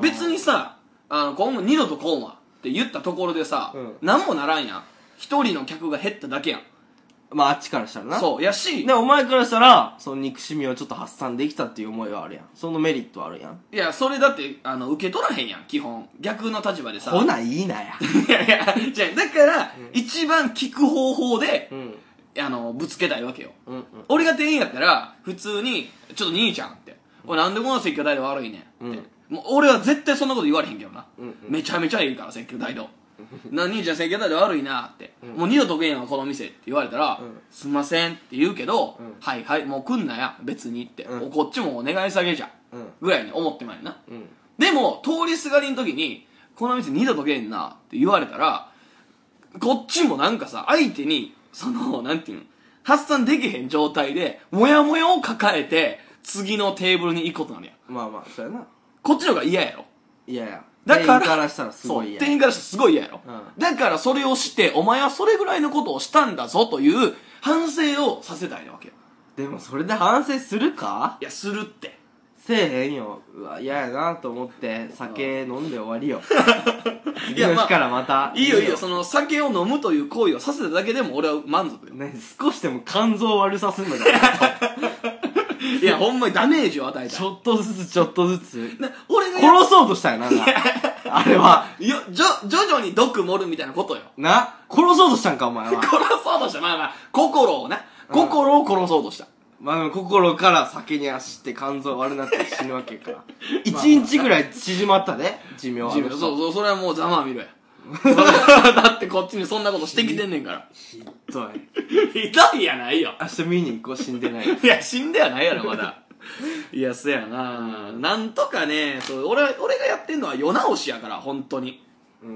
A: 別にさあの今後二度と来んわって言ったところでさ、
B: うん
A: 何もならんやん一人の客が減っただけやん
B: とまああっちからしたらな
A: そうやし
B: でお前からしたらその憎しみをちょっと発散できたっていう思いはあるやんそのメリットはあるやん
A: いやそれだってあの受け取らへんやん基本逆の立場でさ
B: ほないいなや
A: いやいやじゃあだから、一番聞く方法で
B: う、ん
A: あのぶつけたいわけよ
B: うんうん
A: 俺が店員やったら普通に「ちょっと兄ちゃん」って「俺なんでこの接客態度悪いねん」って、もう俺は絶対そんなこと言われへんけどな、
B: うんうん
A: めちゃめちゃいいから接客態度な兄ちゃん接客態度悪いなって、もう二度と食えんわこの店って言われたら「
B: ん
A: すんません」って言うけど「
B: ん
A: はいはいもう来んなや別に」って、
B: うん
A: もうこっちもお願い下げじゃ、
B: うん
A: ぐらいに思ってまいな
B: うん
A: でも通りすがりの時に「この店二度とけんな」って言われたらこっちもなんかさ相手にそのなんていうの発散できへん状態でモヤモヤを抱えて次のテーブルに行くことなのや
B: まあまあそうやな
A: こっちの方が嫌やろ
B: いやいや
A: だから
B: 店員からしたらすごい
A: そう
B: や
A: 店員からしたらすごい嫌やろ、
B: うん
A: だからそれをしてお前はそれぐらいのことをしたんだぞという反省をさせたいわけよ
B: でもそれで反省するか
A: いやするって
B: せえへんようわ嫌やなと思って酒飲んで終わ りよ
A: い
B: 次
A: や
B: の
A: まあ
B: 日からまた
A: いいよいいよその酒を飲むという行為をさせただけでも俺は満足よ
B: ね、少しでも肝臓悪さすんのだよ
A: いやほんまにダメージを与えたい
B: ちょっとずつちょっとずつ
A: な俺がやっ
B: 殺そうとしたよななあれは
A: よ、じょ、徐々に毒盛るみたいなことよ。
B: な殺そうとしたんかお前は
A: 殺そうとした。まあまあ、心をな。心を殺そうとした。
B: まあでも心から酒に走って肝臓悪なって死ぬわけか 一日ぐらい縮まったね寿命は
A: 自分そう
B: う
A: そう、それはもうざまあみろや。それは だってこっちにそんなことしてきてんねん から。
B: ひっどい
A: ひどいやないよ。
B: 明日見に行 こう死んでない
A: いや、死んではないやろ、まだ。 いや、そやななんとかね、そう、俺は、俺がやってんのは世直しやから、本当に。
B: うん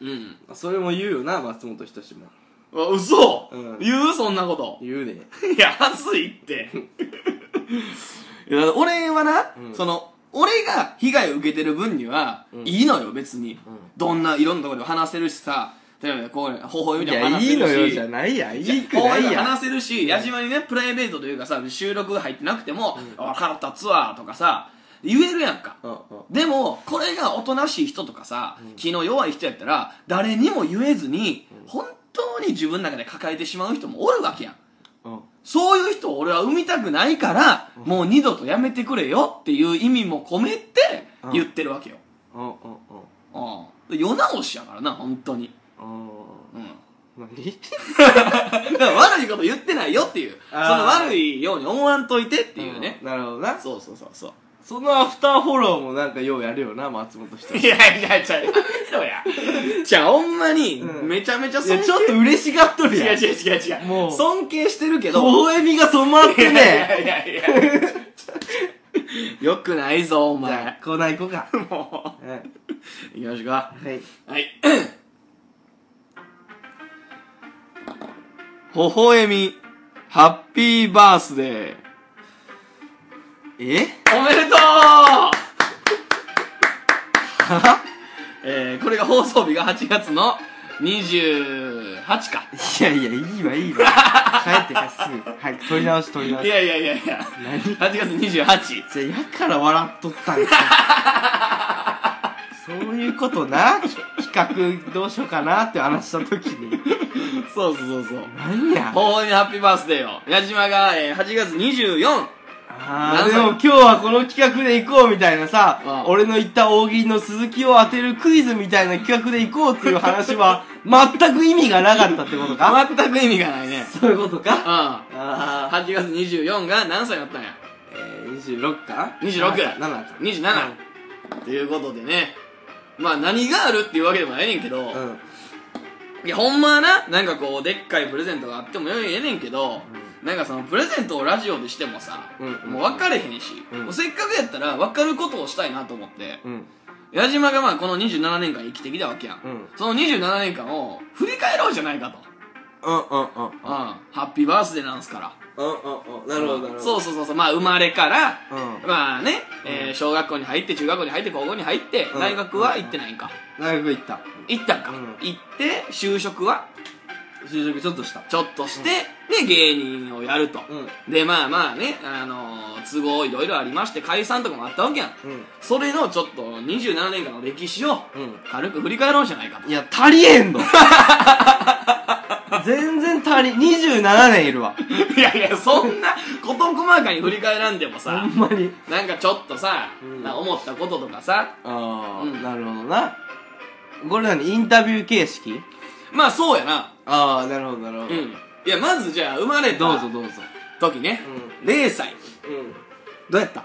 B: うん
A: うん。
B: それも言うよな松本人志も
A: あ、嘘、
B: うん
A: 言うそんなこと。
B: 言うで
A: いや、はずいって。 いや俺はな、
B: うん
A: その、俺が被害を受けてる分には、
B: うん
A: いいのよ、別に。
B: うん
A: どんないろんなところで話せるしさ、例えばこう、方法み
B: い
A: たい
B: や
A: なの話
B: い
A: せ
B: いの
A: るし。
B: よじゃないやいいくない
A: こういうの
B: や
A: 話せるし、矢島にね、プライベートというかさ、収録が入ってなくても、あ、腹立つわ、とかさ、言えるやんか。
B: うんうん
A: でも、これがおとなしい人とかさ、気の弱い人やったら、誰にも言えずに、本当に自分の中で抱えてしまう人もおるわけやん。
B: うん
A: そういう人を俺は産みたくないから、もう二度とやめてくれよっていう意味も込めて
B: うん
A: 言ってるわけよ。
B: うんうん
A: うん。世直しやからな、本当に。
B: うん
A: うん。
B: うん何
A: だから 悪いこと言ってないよっていう。そ
B: あー
A: の悪いように思わんといてっていうね
B: う。んなるほどな
A: そうそうそうそう。
B: そのアフターフォローもなんかようやるよな松本人
A: いやいやいや、ろや。じゃあ、ほんまに、
B: うん
A: めちゃめちゃ
B: いや
A: 尊敬。
B: ちょっと嬉しがっとる
A: 違
B: や。
A: うん違う違う違う。
B: もう
A: 尊敬してるけど。
B: 微笑みが止まっ
A: いや
B: て ね。
A: いやいやいや。 よくないぞ、お
B: じゃ
A: 前。
B: あ、コーナー行こうか。
A: も
B: うんは。
A: う。よろしく。はいい。 微笑み、ハッピーバースデー。
B: え
A: おめでとう えー、これが放送日が8月の28か。
B: いやいや、いいわ、いいわ。帰ってか、すぐ。早く取り直し、取り直
A: い
B: し。
A: やいやいやいや。
B: 何
A: 8月28。
B: じゃあ、やから笑っとったんか。そういうことな。き企画どうしようかなって話した時に。
A: そうそうそうそう。
B: 何や。
A: ほほにハッピーバースデーよ。矢島が、えー、8月24。
B: あ
A: 何
B: ーで
A: 歳
B: も今日はこの企画で行こうみたいなさ、
A: うん
B: 俺の言った大喜利の鈴木を当てるクイズみたいな企画で行こうっていう話は全く意味がなかったってこ とか
A: 全く意味がないね。
B: そういうこと
A: うん。
B: か
A: 8
B: あ
A: 月24が何歳だったんや。
B: ー、えー、26か
A: 26
B: 7か
A: 27。ということでね。まあ何があるっていうわけでもないねんけど。
B: うん、うん
A: いや、ほんまはな、なんかこう、でっかいプレゼントがあってもよいええねんけど、なんかその、プレゼントをラジオでしてもさ、
B: うん
A: もう分かれへんし、
B: うん
A: もうせっかくやったら分かることをしたいなと思って、
B: うん
A: 矢島がまあこの27年間生きてきたわけやん。
B: うん
A: その27年間を振り返ろうじゃないかと。
B: うんうんうん
A: うん。ハッピーバースデーなんすから。
B: うんうんうんなるほどなるほど
A: そうそうそうそう。まあ生まれから、
B: うん
A: まあね、えー小学校に入って、中学校に入って、高校に入って、
B: うん
A: 大学は行ってないんか。
B: 大学行った
A: 行ったんか。
B: うん
A: 行って、就職は
B: 就職ちょっとした
A: ちょっとして、で、芸人をやると。
B: うん
A: で、まあまあね、あのー都合いろいろありまして、解散とかもあったわけやん。
B: うん
A: それのちょっと27年間の歴史を
B: うん
A: 軽く振り返ろうじゃないかと。
B: いや足りへんの全然足り27年いるわ
A: いやいや、そんな事細かに振り返らんでも
B: ほ
A: さ
B: ん、まに
A: なんかちょっとさ、
B: うん
A: なんか思ったこととかさ、
B: ああ、
A: うん
B: なるほどな。これ何インタビュー形式
A: まあそうやな。
B: ああ、なるほど、なるほ
A: うん。いや、まずじゃあ生まれ
B: どう
A: た
B: ぞ、どうぞ。
A: 時ね、0歳。
B: うん。
A: どうやった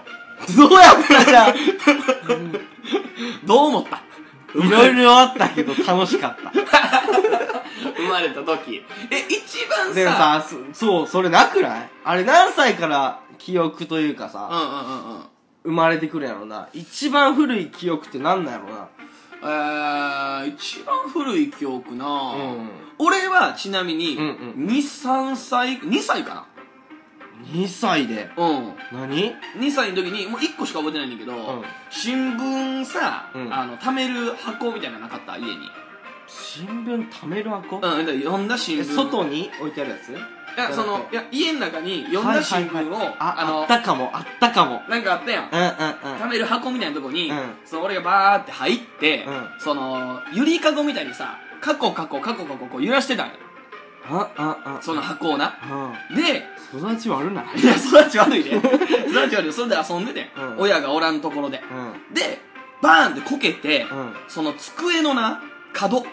B: どうやったじゃん
A: どう思った
B: いろいろあったけど楽しか った。
A: 生まれた時。え、一番
B: でも
A: さ、
B: さ、そそう、それなくないあれ何歳から記憶というか
A: うん
B: さ、
A: うんうんうん。
B: 生まれてくるやろな。一番古い記憶ってなんなんやろな。
A: えー、一番古い記憶な、
B: うん
A: 俺はちなみに、
B: うんうん
A: 23歳2歳か
B: 2歳で。
A: なうん
B: 何
A: 2歳の時にもう1個しか覚えてないんだけど、
B: ん
A: 新聞さ、
B: うん
A: あの貯める箱みたいなのなかった家に
B: 新聞貯める箱、
A: うんだから読んだ新
B: え、
A: 聞
B: 外に置いてあるやつ
A: いやそのいや家の中に読んだ新聞を、
B: はいはいはいああ
A: の
B: ったかも、あったかも。
A: なんかあったやん
B: うんうんうん。
A: 貯める箱みたいなとこに、
B: うん
A: その俺がバーって入って、
B: うん
A: そのゆりかごみたいにさカコカコカコカコこう揺らしてたんよ
B: あ、あ、あ。
A: その箱をな
B: う
A: で
B: ん。育ち悪ない。
A: いや、育ち悪いで。育ち悪いで。それで遊んでて、
B: うん
A: 親がおらんところで。
B: うん。うん。
A: で、バーンってこけて、
B: うん。うん。
A: その机のな、角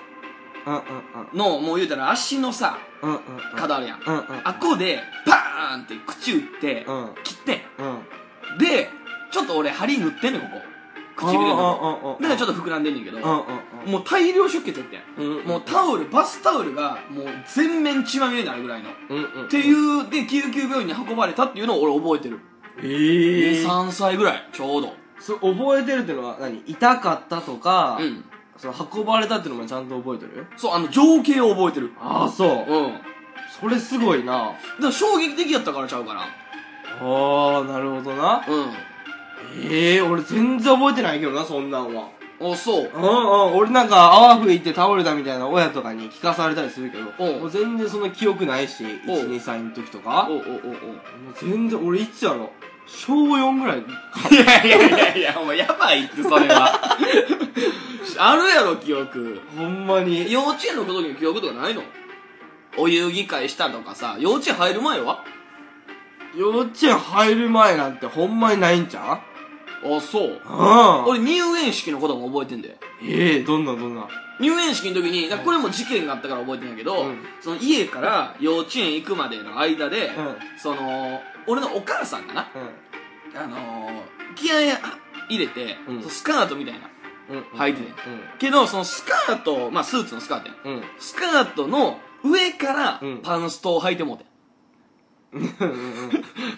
A: の、もう言うたら足のさ、
B: うん。うん。
A: 角あるやん。
B: うん。うん。
A: あっこで、バーンって口打って
B: う、ん。
A: 切って、
B: うん。
A: で、ちょっと俺針塗ってんねん、ここ。唇のとこ。
B: うん。うん。
A: だからちょっ
B: と。
A: と膨らんでんねんけど、
B: うん。
A: もう大量出血やってん。
B: うん。うん。
A: もうタオル、バスタオルが、もう全面血まみれになるぐらいの。っ
B: うん。うん。
A: ていう、で、救急病院に運ばれたっていうのを俺覚えてる。
B: ええ。
A: 3歳ぐらい、ちょうど。
B: それ覚えてるってのは何痛かったとか
A: う、ん。
B: その運ばれたってのもちゃんと覚えてる
A: そう、あの、情景を覚えてる。
B: ああ、そう。
A: うん。だか
B: それすごいな。
A: ら衝撃的やったからちゃうかな。
B: ああ、なるほどな。
A: う
B: ええ、俺全然覚えてないけどな、そんなんは。
A: ん。あ、そう
B: う。んうん、俺なんか泡吹いて倒れたみたいな親とかに聞かされたりするけど、
A: おう
B: もう全然その記憶ないし、1、
A: おう
B: 2歳の時とか、
A: お
B: もう
A: おおお
B: 全然、俺いつやろ、小4ぐらい。
A: いやいやいやいや、お前やばいって、それは。 あるやろ、記憶。
B: ほんまに。
A: 幼稚園の時の記憶とかないのお遊戯会したとかさ、幼稚園入る前は
B: 幼稚園入る前なんてほんまにないんちゃう
A: あ、そう。
B: うん。
A: 俺、入園式のことも覚えてんだよ。
B: ええどんなどんな。
A: 入園式の時に、だからこれも事件があったから覚えてんだけど、
B: うん
A: その家から幼稚園行くまでの間で、
B: うん
A: その、俺のお母さんかな、
B: うん。
A: あのー、気合入れて、
B: うん
A: スカートみたいな、
B: うん。
A: 履いてねけど、そのスカート、まあスーツのスカートやん。
B: うん。うん。
A: スカートの上から
B: うん
A: パンストを履いてもうてん。
B: う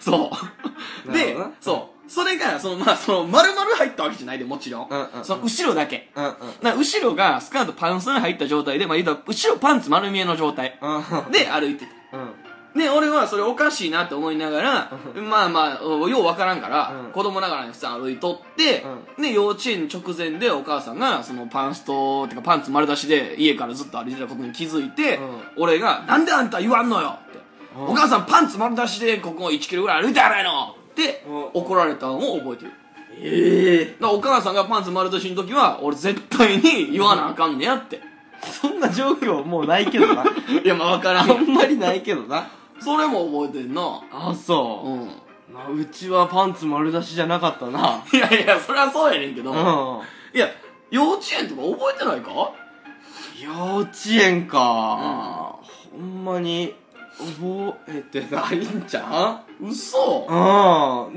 A: そう。
B: なる
A: で
B: ほどな、
A: そう。それが、その、まあ、その、丸々入ったわけじゃないで、もちろん。
B: うんうんうん
A: その、後ろだけ。
B: ん。うん。
A: な後ろがスカートパンストに入った状態で、まあ、言うたら、後ろパンツ丸見えの状態。
B: うん。
A: で、歩いてて。
B: うん。
A: で、俺はそれおかしいなって思いながら、まあまあ、おようわからんから、
B: うん
A: 子供ながらに普通歩いとって、で、幼稚園直前でお母さんが、そのパンスト、てかパンツ丸出しで家からずっと歩いてたことに気づいて、
B: うん
A: 俺が、なんであんた言わんのよって、
B: うん
A: お母さんパンツ丸出しでここ1キロぐらい歩いたやないのって
B: うん
A: 怒られたのを覚えてる。
B: ええ。
A: だからお母さんがパンツ丸出しの時は、俺絶対に言わなあかんねやって。
B: そんな状況もうないけどな。
A: いや、まあわから
B: あん
A: ん。
B: まりないけどな。
A: それも覚えてんな。
B: あ、そう
A: うん。
B: まあうちはパンツ丸出しじゃなかったな。
A: いやいや、それはそうやねんけど。
B: う
A: いや、幼稚園とか覚えてないか
B: ん。幼稚園か。ほんまに、覚えてないんじゃん
A: 嘘
B: う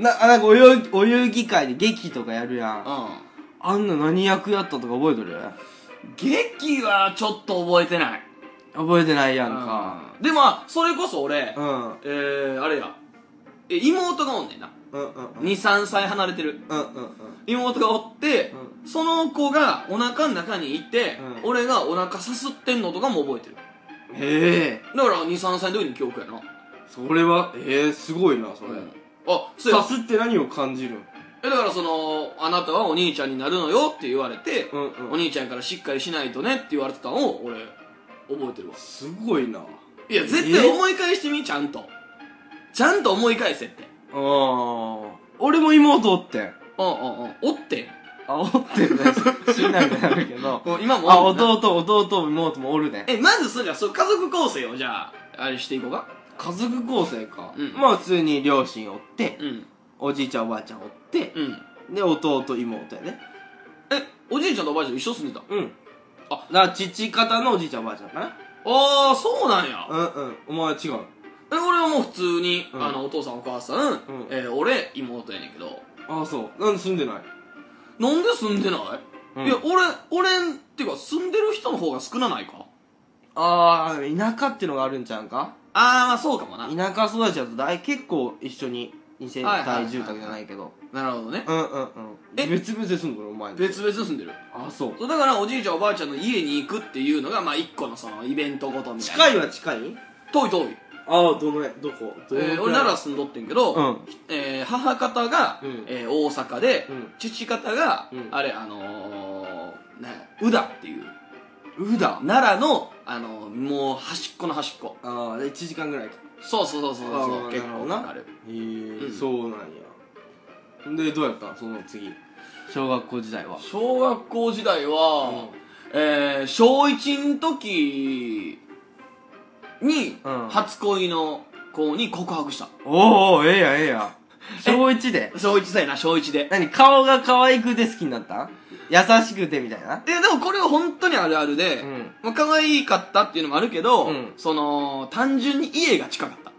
B: ん。な、あなんかお遊お遊戯会で劇とかやるやん。
A: う
B: あんな何役やったとか覚えとる
A: ん。劇はちょっと覚えてない。
B: 覚えてないやんか。
A: うんで、まあ、それこそ俺、
B: うん。うん
A: えー、あれや。え妹がおんねんな。
B: うんうん。
A: 2、3歳離れてる。
B: うんうんうん。
A: 妹がおって、その子がお腹の中にいて、
B: うん
A: 俺がお腹さすってんのとかも覚えてる。
B: へえ。
A: だから2、3歳の時に記憶やな。
B: それは、ええ、すごいな、それ。
A: あ、そうや
B: さ。すって何を感じるん
A: えだからその、あなたはお兄ちゃんになるのよって言われて、
B: うんうん
A: お兄ちゃんからしっかりしないとねって言われてたのを俺、覚えてるわ。
B: すごいな。
A: いや、絶対思い返してみ、ちゃんと。ちゃんと思い返せって。
B: ああ。俺も妹おってん。
A: うんうんうん。おって。
B: あ、おって んね。死んだみたいになるけ ど。
A: こう今も
B: あ、
A: おんねんな
B: 弟、弟も妹もおるね。
A: え、まずそれじゃあ、そう家族構成をじゃあ、あれしていこうか。
B: 家族構成か。
A: うん
B: まあ普通に両親おって、
A: うん。
B: おじいちゃんおばあちゃんおって、
A: うん。
B: で、弟、妹やね。
A: え、おじいちゃんとおばあちゃん一緒住んでた。
B: うん。
A: あ
B: あ、だから父方のおじいちゃんおばあちゃんかな。
A: あー、そうなんや。
B: うんうん。お前は違う。
A: え、俺はもう普通に、
B: うん
A: あの、お父さんお母さん、
B: ん
A: えー俺、妹やねんけど。
B: あ、そう。なんで住んでない
A: なんで住んでない、
B: うん
A: いや、俺、俺、っていうか、住んでる人の方が少なないか
B: ああ、田舎ってのがあるんちゃうんか
A: あー、まあそうかもな。な
B: 田舎育ちだと大結構一緒に二世
A: はいはいはい
B: 帯
A: はい
B: 住宅じゃないけど。
A: るほどね。
B: うんうんうん。
A: え
B: 別々で住んでるお前の
A: 別々住んでる。
B: あ、そう。
A: そうだからおじいちゃんおばあちゃんの家に行くっていうのがまあ一個のそのイベントごとみたいな
B: 近
A: い
B: いは近い
A: 遠い遠い、
B: ああ、どの辺、どこ
A: え
B: どの辺
A: ー俺なら住んどってんけど、
B: うん
A: えー母方が、
B: うん
A: えー大阪で、
B: うん
A: 父方が、
B: うん
A: あれあのー、な宇田っていう
B: うだ。
A: 奈良の、あのーもう端っこの端っこ
B: ああ、で1時間ぐらいか。
A: そうそうそうそう
B: あ
A: そう
B: ー
A: 結
B: なるほ
A: 構
B: どな
A: ある
B: へえ、
A: うん
B: そうなんや。んで、どうやったんその次。小学校時代は。
A: 小学校時代は、えー小1の時に、
B: うん
A: 初恋の子に告白した
B: おおええやんええやん。 小一で。
A: 小1だよな小1で
B: 何顔が可愛くて好きになった優しくてみたいな。
A: えでもこれは本当にあるあるで、
B: うん
A: まあ、可愛かったっていうのもあるけど、
B: うん
A: その単純に家が近かった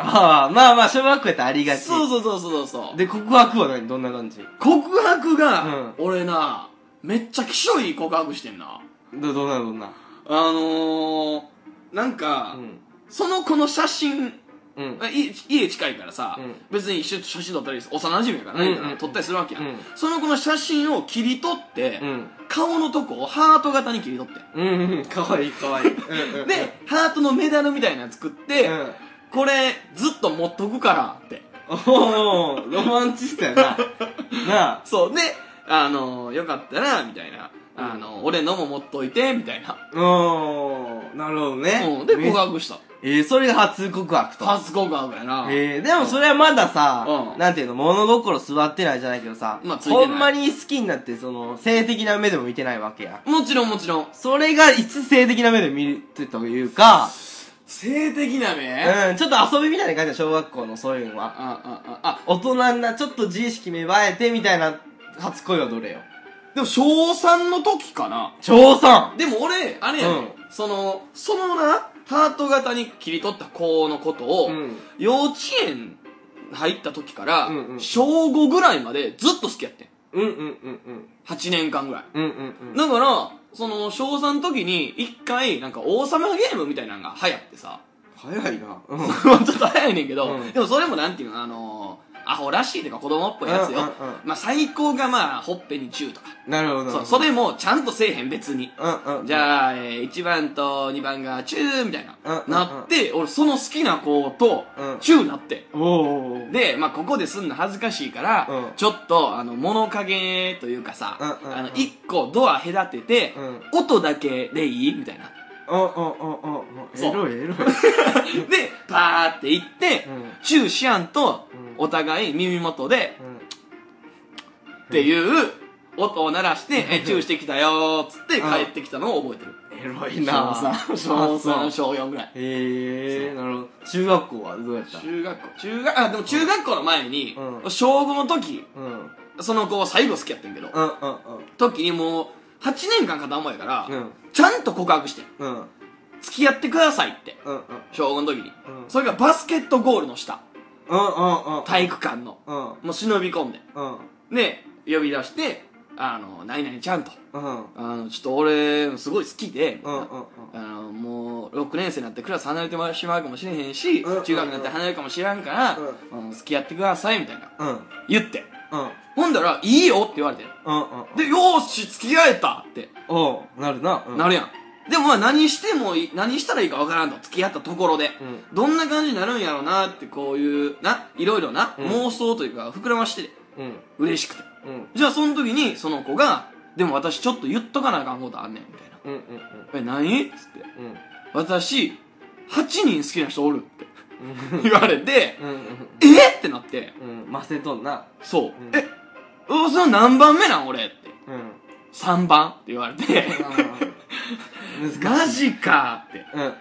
B: ああ、まあまあ、小学校やったらありがち。
A: そうそうそうそうそう
B: で、告白は何どんな感じ
A: 告白が、
B: う
A: 俺なめっちゃきしょい告白してんな
B: ど、どんなどんな。
A: あのー、なんか、
B: うん。
A: その子の写真
B: うん。
A: い家近いからさ、
B: うん
A: 別に一緒に写真撮ったり幼馴染やからね、
B: うんうんうん
A: 撮ったりするわけや、
B: うん
A: その子の写真を切り取って、
B: うん。
A: 顔のとこをハート型に切り取って
B: うんうん、かわいいかわいい。 うんうん、
A: で、ハートのメダルみたいなの作って、
B: うん。
A: これずっと持っとくからって
B: おおロマンチスト やな。なあ。
A: そうであのよかったらみたいな、
B: うん
A: あの俺のも持っといてみたいな、
B: おー、なるほどね。
A: うん、で
B: め
A: 告白した
B: えー、それが初告白と。
A: 初告白やな、
B: えー、でもそれはまださ、
A: うん
B: なんていうの、物心座ってないじゃないけどさ、
A: まあついてな
B: ほ
A: い
B: んまに好きになって、その、性的な目でも見てないわけや。
A: もちろんもちろん
B: それがいつ性的な目で見てというか、
A: 性的な目、あ
B: うん、ちょっと遊びみたいな感じだ、小学校のそういうのは。
A: あああ
B: 大人にな、ちょっと自意識芽生えてみたいな初恋はどれよ。
A: でも小3の時かな
B: 調査
A: でも俺あれやね、、
B: うん
A: そのそのなハート型に切り取った子のことを、
B: うん。
A: 幼稚園入った時から、
B: うんうん
A: 小5ぐらいまでずっと好きやってん
B: うんうんうんうん。
A: 8年間ぐらい。
B: うんうんうん。
A: だから、その、小3の時に、一回、なんか、王様ゲームみたいなのが流行ってさ、
B: 早いな。うん。
A: ちょっと早いねんけど、
B: うん
A: でもそれもなんていうの、あのー、アホらしいというか子供っぽいやつよ。
B: うんうんうん
A: まあ、最高がまあ、ほっぺに中とか。
B: なるほどなるほ
A: そう、そ
B: ど。
A: れもちゃんとせえへん、別に。
B: うんうん。
A: じゃあ、えー、1番と2番がチューみたいな、
B: うんうんうん
A: なって、俺その好きな子と
B: うん、
A: チューなって。
B: おーおーおー。
A: で、まあ、ここですんの恥ずかしいから、
B: うん
A: ちょっと、あの、物陰というかさ、
B: うんうんうん
A: あの、一個ドア隔てて、
B: う
A: 音だけでいいみたいな。
B: おおおおお
A: そう
B: エロいエロい。
A: で、パーって行って、
B: うん
A: チューしやんと
B: うん、
A: お互い耳元で、
B: うん
A: っていう音を鳴らして、え、チューしてきたよーっつって帰ってきたのを覚えてる。
B: エロい
A: 小
B: な
A: 3、小
B: あ
A: 3、
B: そう
A: 小4ぐらい。
B: へえ、なるほど。中学校はどうやった
A: 中学校中学あでも中学校の前に、
B: うん
A: 小5の時
B: うん。うんうん
A: その子を最後好きやってんけど、時にもう8年間片思いやから、
B: うん。うん。
A: ちゃんと告白してん
B: うん。うん
A: 付き合ってくださいって
B: うんうん。
A: 小5の時に、
B: うん
A: それがバスケットゴールの下
B: うんうんうん。
A: 体育館の
B: うん
A: もう忍び込んで
B: うん
A: で呼び出して「あの何々ちゃん」と
B: うん
A: 「あのちょっと俺すごい好きで」みた
B: う
A: いな
B: んうんうん
A: あのもう6年生になってクラス離れてしまうかもしれへんし、
B: うん
A: 中学になって離れるかもしれんから、うん付き合ってくださいみたいな
B: うんうん
A: 言って
B: うん
A: ほんだら、いいよって言われて。
B: うん
A: で、よーし、付き合えたって
B: おうなるなうん
A: なるやん。でもまあ何してもいい、何したらいいかわからんと、付き合ったところで。
B: うん
A: どんな感じになるんやろうなって、こういう、な、いろいろな、
B: うん
A: 妄想というか、膨らましてて、
B: うん
A: 嬉しくて。
B: うん
A: じゃあその時に、その子が、でも私ちょっと言っとかなあかんことあんねん、みたいな。
B: うんうん
A: え、何つって。
B: うんうん
A: 私、8人好きな人おるって
B: うん
A: 言われて、
B: うん
A: えってなって、
B: うんうんマセドンな
A: そう。
B: うん
A: え、おその何番目なん俺って。
B: うん
A: 3番って言われて。
B: 難
A: マ
B: しい
A: ジかって。
B: うんうん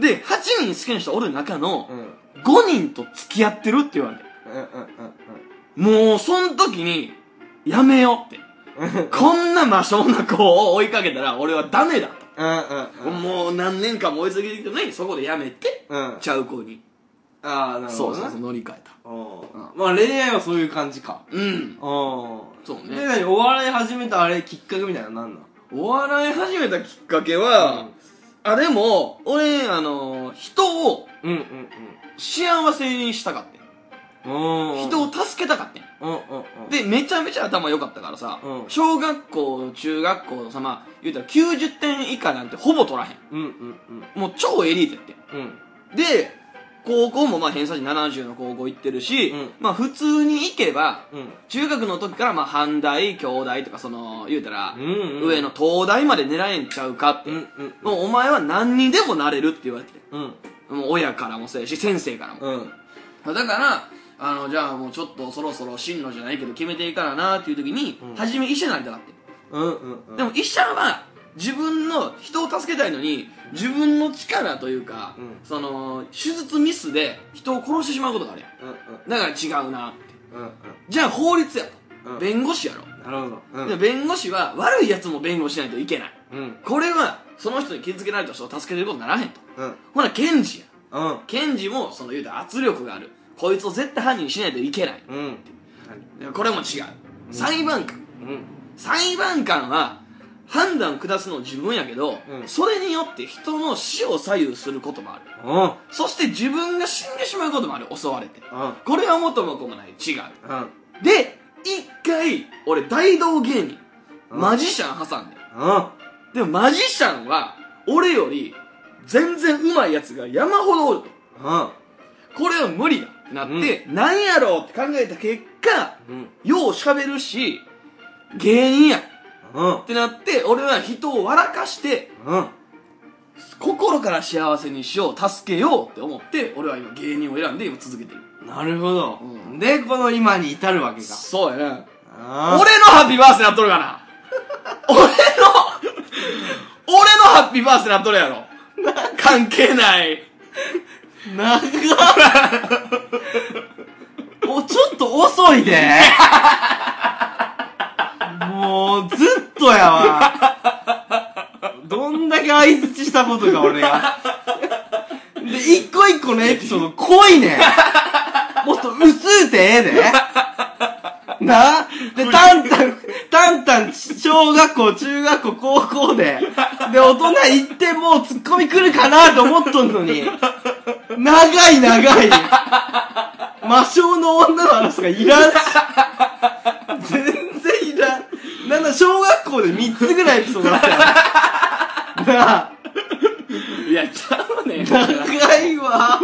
A: で、8人好きな人おる中の
B: う、んうん
A: 5人と付き合ってるって言われて。
B: うんうん
A: もう、その時に、やめようって。
B: うんうん
A: こんな魔性な子を追いかけたら、俺はダメだと。
B: うんうん
A: もう何年間も追い続けてきたのに、そこでやめて、
B: うん
A: ちゃう子に。
B: ああなる
A: そ
B: ほ
A: うそ
B: ど
A: う
B: な
A: そう、乗り換えた。
B: うんまあ恋愛はそういう感じか
A: うん。
B: うん
A: そう
B: で
A: ね。
B: 何お笑い始めたあれきっかけみたいなのなんなん
A: お笑い始めたきっかけは、あ、でも、俺、あの、人を
B: うんうん
A: 幸せにしたかってん。
B: うんうん
A: 人を助けたかってん。
B: うんうんうん
A: で、めちゃめちゃ頭良かったからさ、
B: うん
A: 小学校、中学校さ、まあ、言うたら90点以下なんてほぼ取らへん。
B: うんうんうん
A: もう超エリートやってん。
B: うん
A: で、高校もまあ偏差値70の高校行ってるし、
B: うん
A: まあ普通に行けば、
B: うん
A: 中学の時からまあ阪大、京大とかその、言うたら、
B: うんうん
A: 上の東大まで狙えんちゃうかって。
B: うんうん
A: もうお前は何にでもなれるって言われてて。
B: うん
A: もう親からもそうやし、先生からも。
B: うん
A: だからあのじゃあもうちょっとそろそろ進路じゃないけど決めていかななっていう時に、
B: うん
A: 初め医者になりたかって
B: うんうんうん
A: でも医者は自分の人を助けたいのに自分の力というか、
B: うん
A: その手術ミスで人を殺してしまうことがあるやん
B: うん
A: だから違うなって
B: うんうん
A: じゃあ法律やと、
B: うん
A: 弁護士やろ、
B: うんなるほどうん
A: で弁護士は悪いやつも弁護しないといけない
B: うん
A: これはその人に傷つけられた人を助けてることにならへんと
B: うん
A: ほな検事や
B: うん
A: 検事もその言うたら圧力があるこいつを絶対犯人にしないといけない
B: うん
A: でもこれも違う裁判官
B: うん
A: 裁判官は判断を下すの自分やけど、
B: うん
A: それによって人の死を左右することもある
B: うん
A: そして自分が死んでしまうこともある襲われて
B: うん
A: これは元も子もない違う
B: うん
A: で一回俺大道芸人
B: うん
A: マジシャン挟んで
B: うん
A: でもマジシャンは俺より全然上手いやつが山ほどおるとこれは無理だってなって、なんやろうって考えた結果
B: うん
A: よう喋るし芸人や
B: うん
A: ってなって俺は人を笑かして
B: うん
A: 心から幸せにしよう助けようって思って俺は今芸人を選んで今続けてる
B: なるほど
A: うん
B: でこの今に至るわけか
A: そうやな俺
B: あ
A: のハッピーバースデーなっとるかな俺の俺のハッピーバースデーなっとるやろ関係ない
B: ー長っおちょっと遅いでもうずっとやわどんだけ相づちしたことか俺がで一個一個のエピソード濃いねんもっと薄うてええでなで、タンタン、小学校、中学校、高校で、で、大人行ってもう突っ込み来るかなと思っとんのに、長い長い。魔性の女の話がいらんし、全然いらん。なんだ、小学校で3つぐらいエピソードあったよ。なあ、
A: いや、ちゃうねん。
B: 長いわ。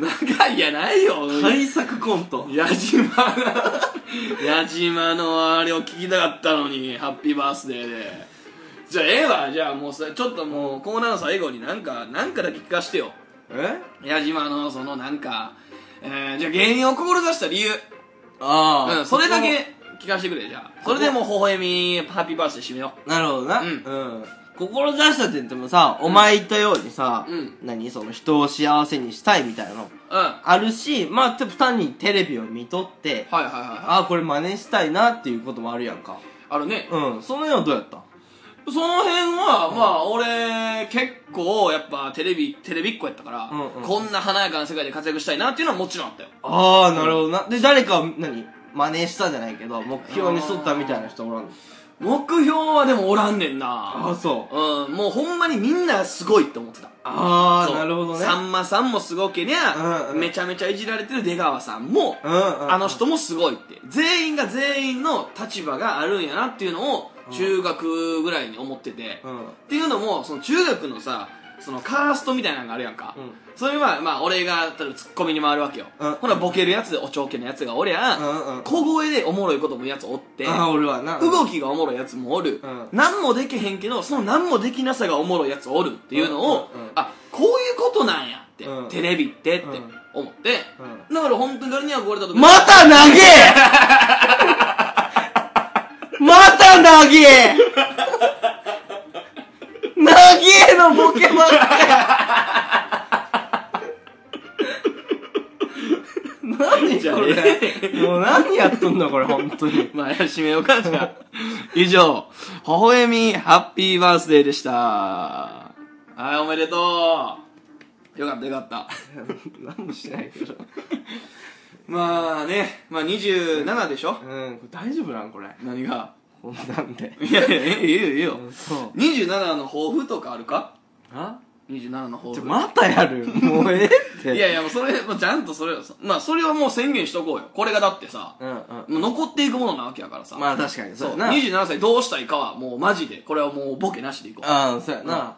A: 長いやないよ。
B: 対策コント。
A: 矢島の、矢島のあれを聞きたかったのに、ハッピーバースデーで。じゃあ、ええわ。じゃあ、もうさ、ちょっともう、コーナーの最後になんか、なんかだけ聞かしてよ。
B: え
A: 矢島の、その、なんか、えー、じゃあ、芸人を志した理由。
B: ああ、
A: うん、それだけ聞かせてくれ、じゃあ。それでもう、微笑み、ハッピーバースデー締めよ
B: なるほどな。
A: う
B: うんん。志したって言ってもさ、お前言ったようにさ、
A: うん
B: 何その人を幸せにしたいみたいなの。
A: う。うん。はい
B: あるし、まあ、ちょっと単にテレビを見とって、
A: はいは
B: ああ、これ真似したいなっていうこともあるやんか。
A: い。あるね。
B: うん。その辺はどうやった
A: その辺は、まあ、俺、結構、やっぱ、テレビ、テレビっ子やったから、
B: うんうん
A: こんな華やかな世界で活躍したいなっていうのはもちろんあったよ。
B: ああ、なるほどな。で、誰か、何真似したじゃないけど、目標に沿ったみたいな人おらんの
A: 目標はでもおらんねんな。
B: そう。
A: うん、もうほんまにみんながすごいって思ってた。
B: あ
A: そ
B: あ、
A: う
B: なるほどね。
A: さんまさんもすごけりゃ、
B: うんうん
A: めちゃめちゃいじられてる出川さんも、
B: うんうんうん。
A: あの人もすごいって。全員が全員の立場があるんやなっていうのを、中学ぐらいに思ってて。
B: うん。うん。
A: っていうのも、その中学のさ、そのカーストみたいなのがあるやんか。
B: うん
A: それは、まあ、俺が、例えばツッコミに回るわけよ。
B: うん
A: ほら、ボケるやつで、おちょけのやつがおりゃ、
B: うんうん。
A: 小声でおもろいことも言うやつおって、
B: ああ、俺はな。
A: 動きがおもろいやつもおる、
B: うん
A: 何もできへんけどその何もできなさがおもろいやつおるっていうのを、
B: うんうんうん
A: あこういうことなんやって、
B: うん
A: テレビってって
B: うん
A: 思って、
B: う
A: だから本当に誰に憧れた時
B: また 投げまた投げ投げのボケばっ かり何
A: じゃあ
B: これもう何やっとんだこれ本当に
A: まあ締めようかじゃ あ以上「微笑みハッピーバースデー」でしたはいおめでとうよかったよかった
B: 何もしてないけど
A: まあねまあ27でしょ、
B: うんこれ大丈夫なんこれ
A: 何が
B: こんなんで
A: いやいやいいよいいよ、
B: そう
A: 27の抱負とかあるか
B: あ
A: 27の抱
B: ち
A: 負
B: ょまたやるもうええって
A: いやいや、もうそれ、もうちゃんとそれ、まあそれはもう宣言しとこうよ。これがだってさ、
B: うんうん
A: もう残っていくものなわけやからさ。
B: まあ確かに
A: そう、
B: やな
A: 27歳どうしたいかはもうマジで、これはもうボケなしでいこう。
B: ああそうやな、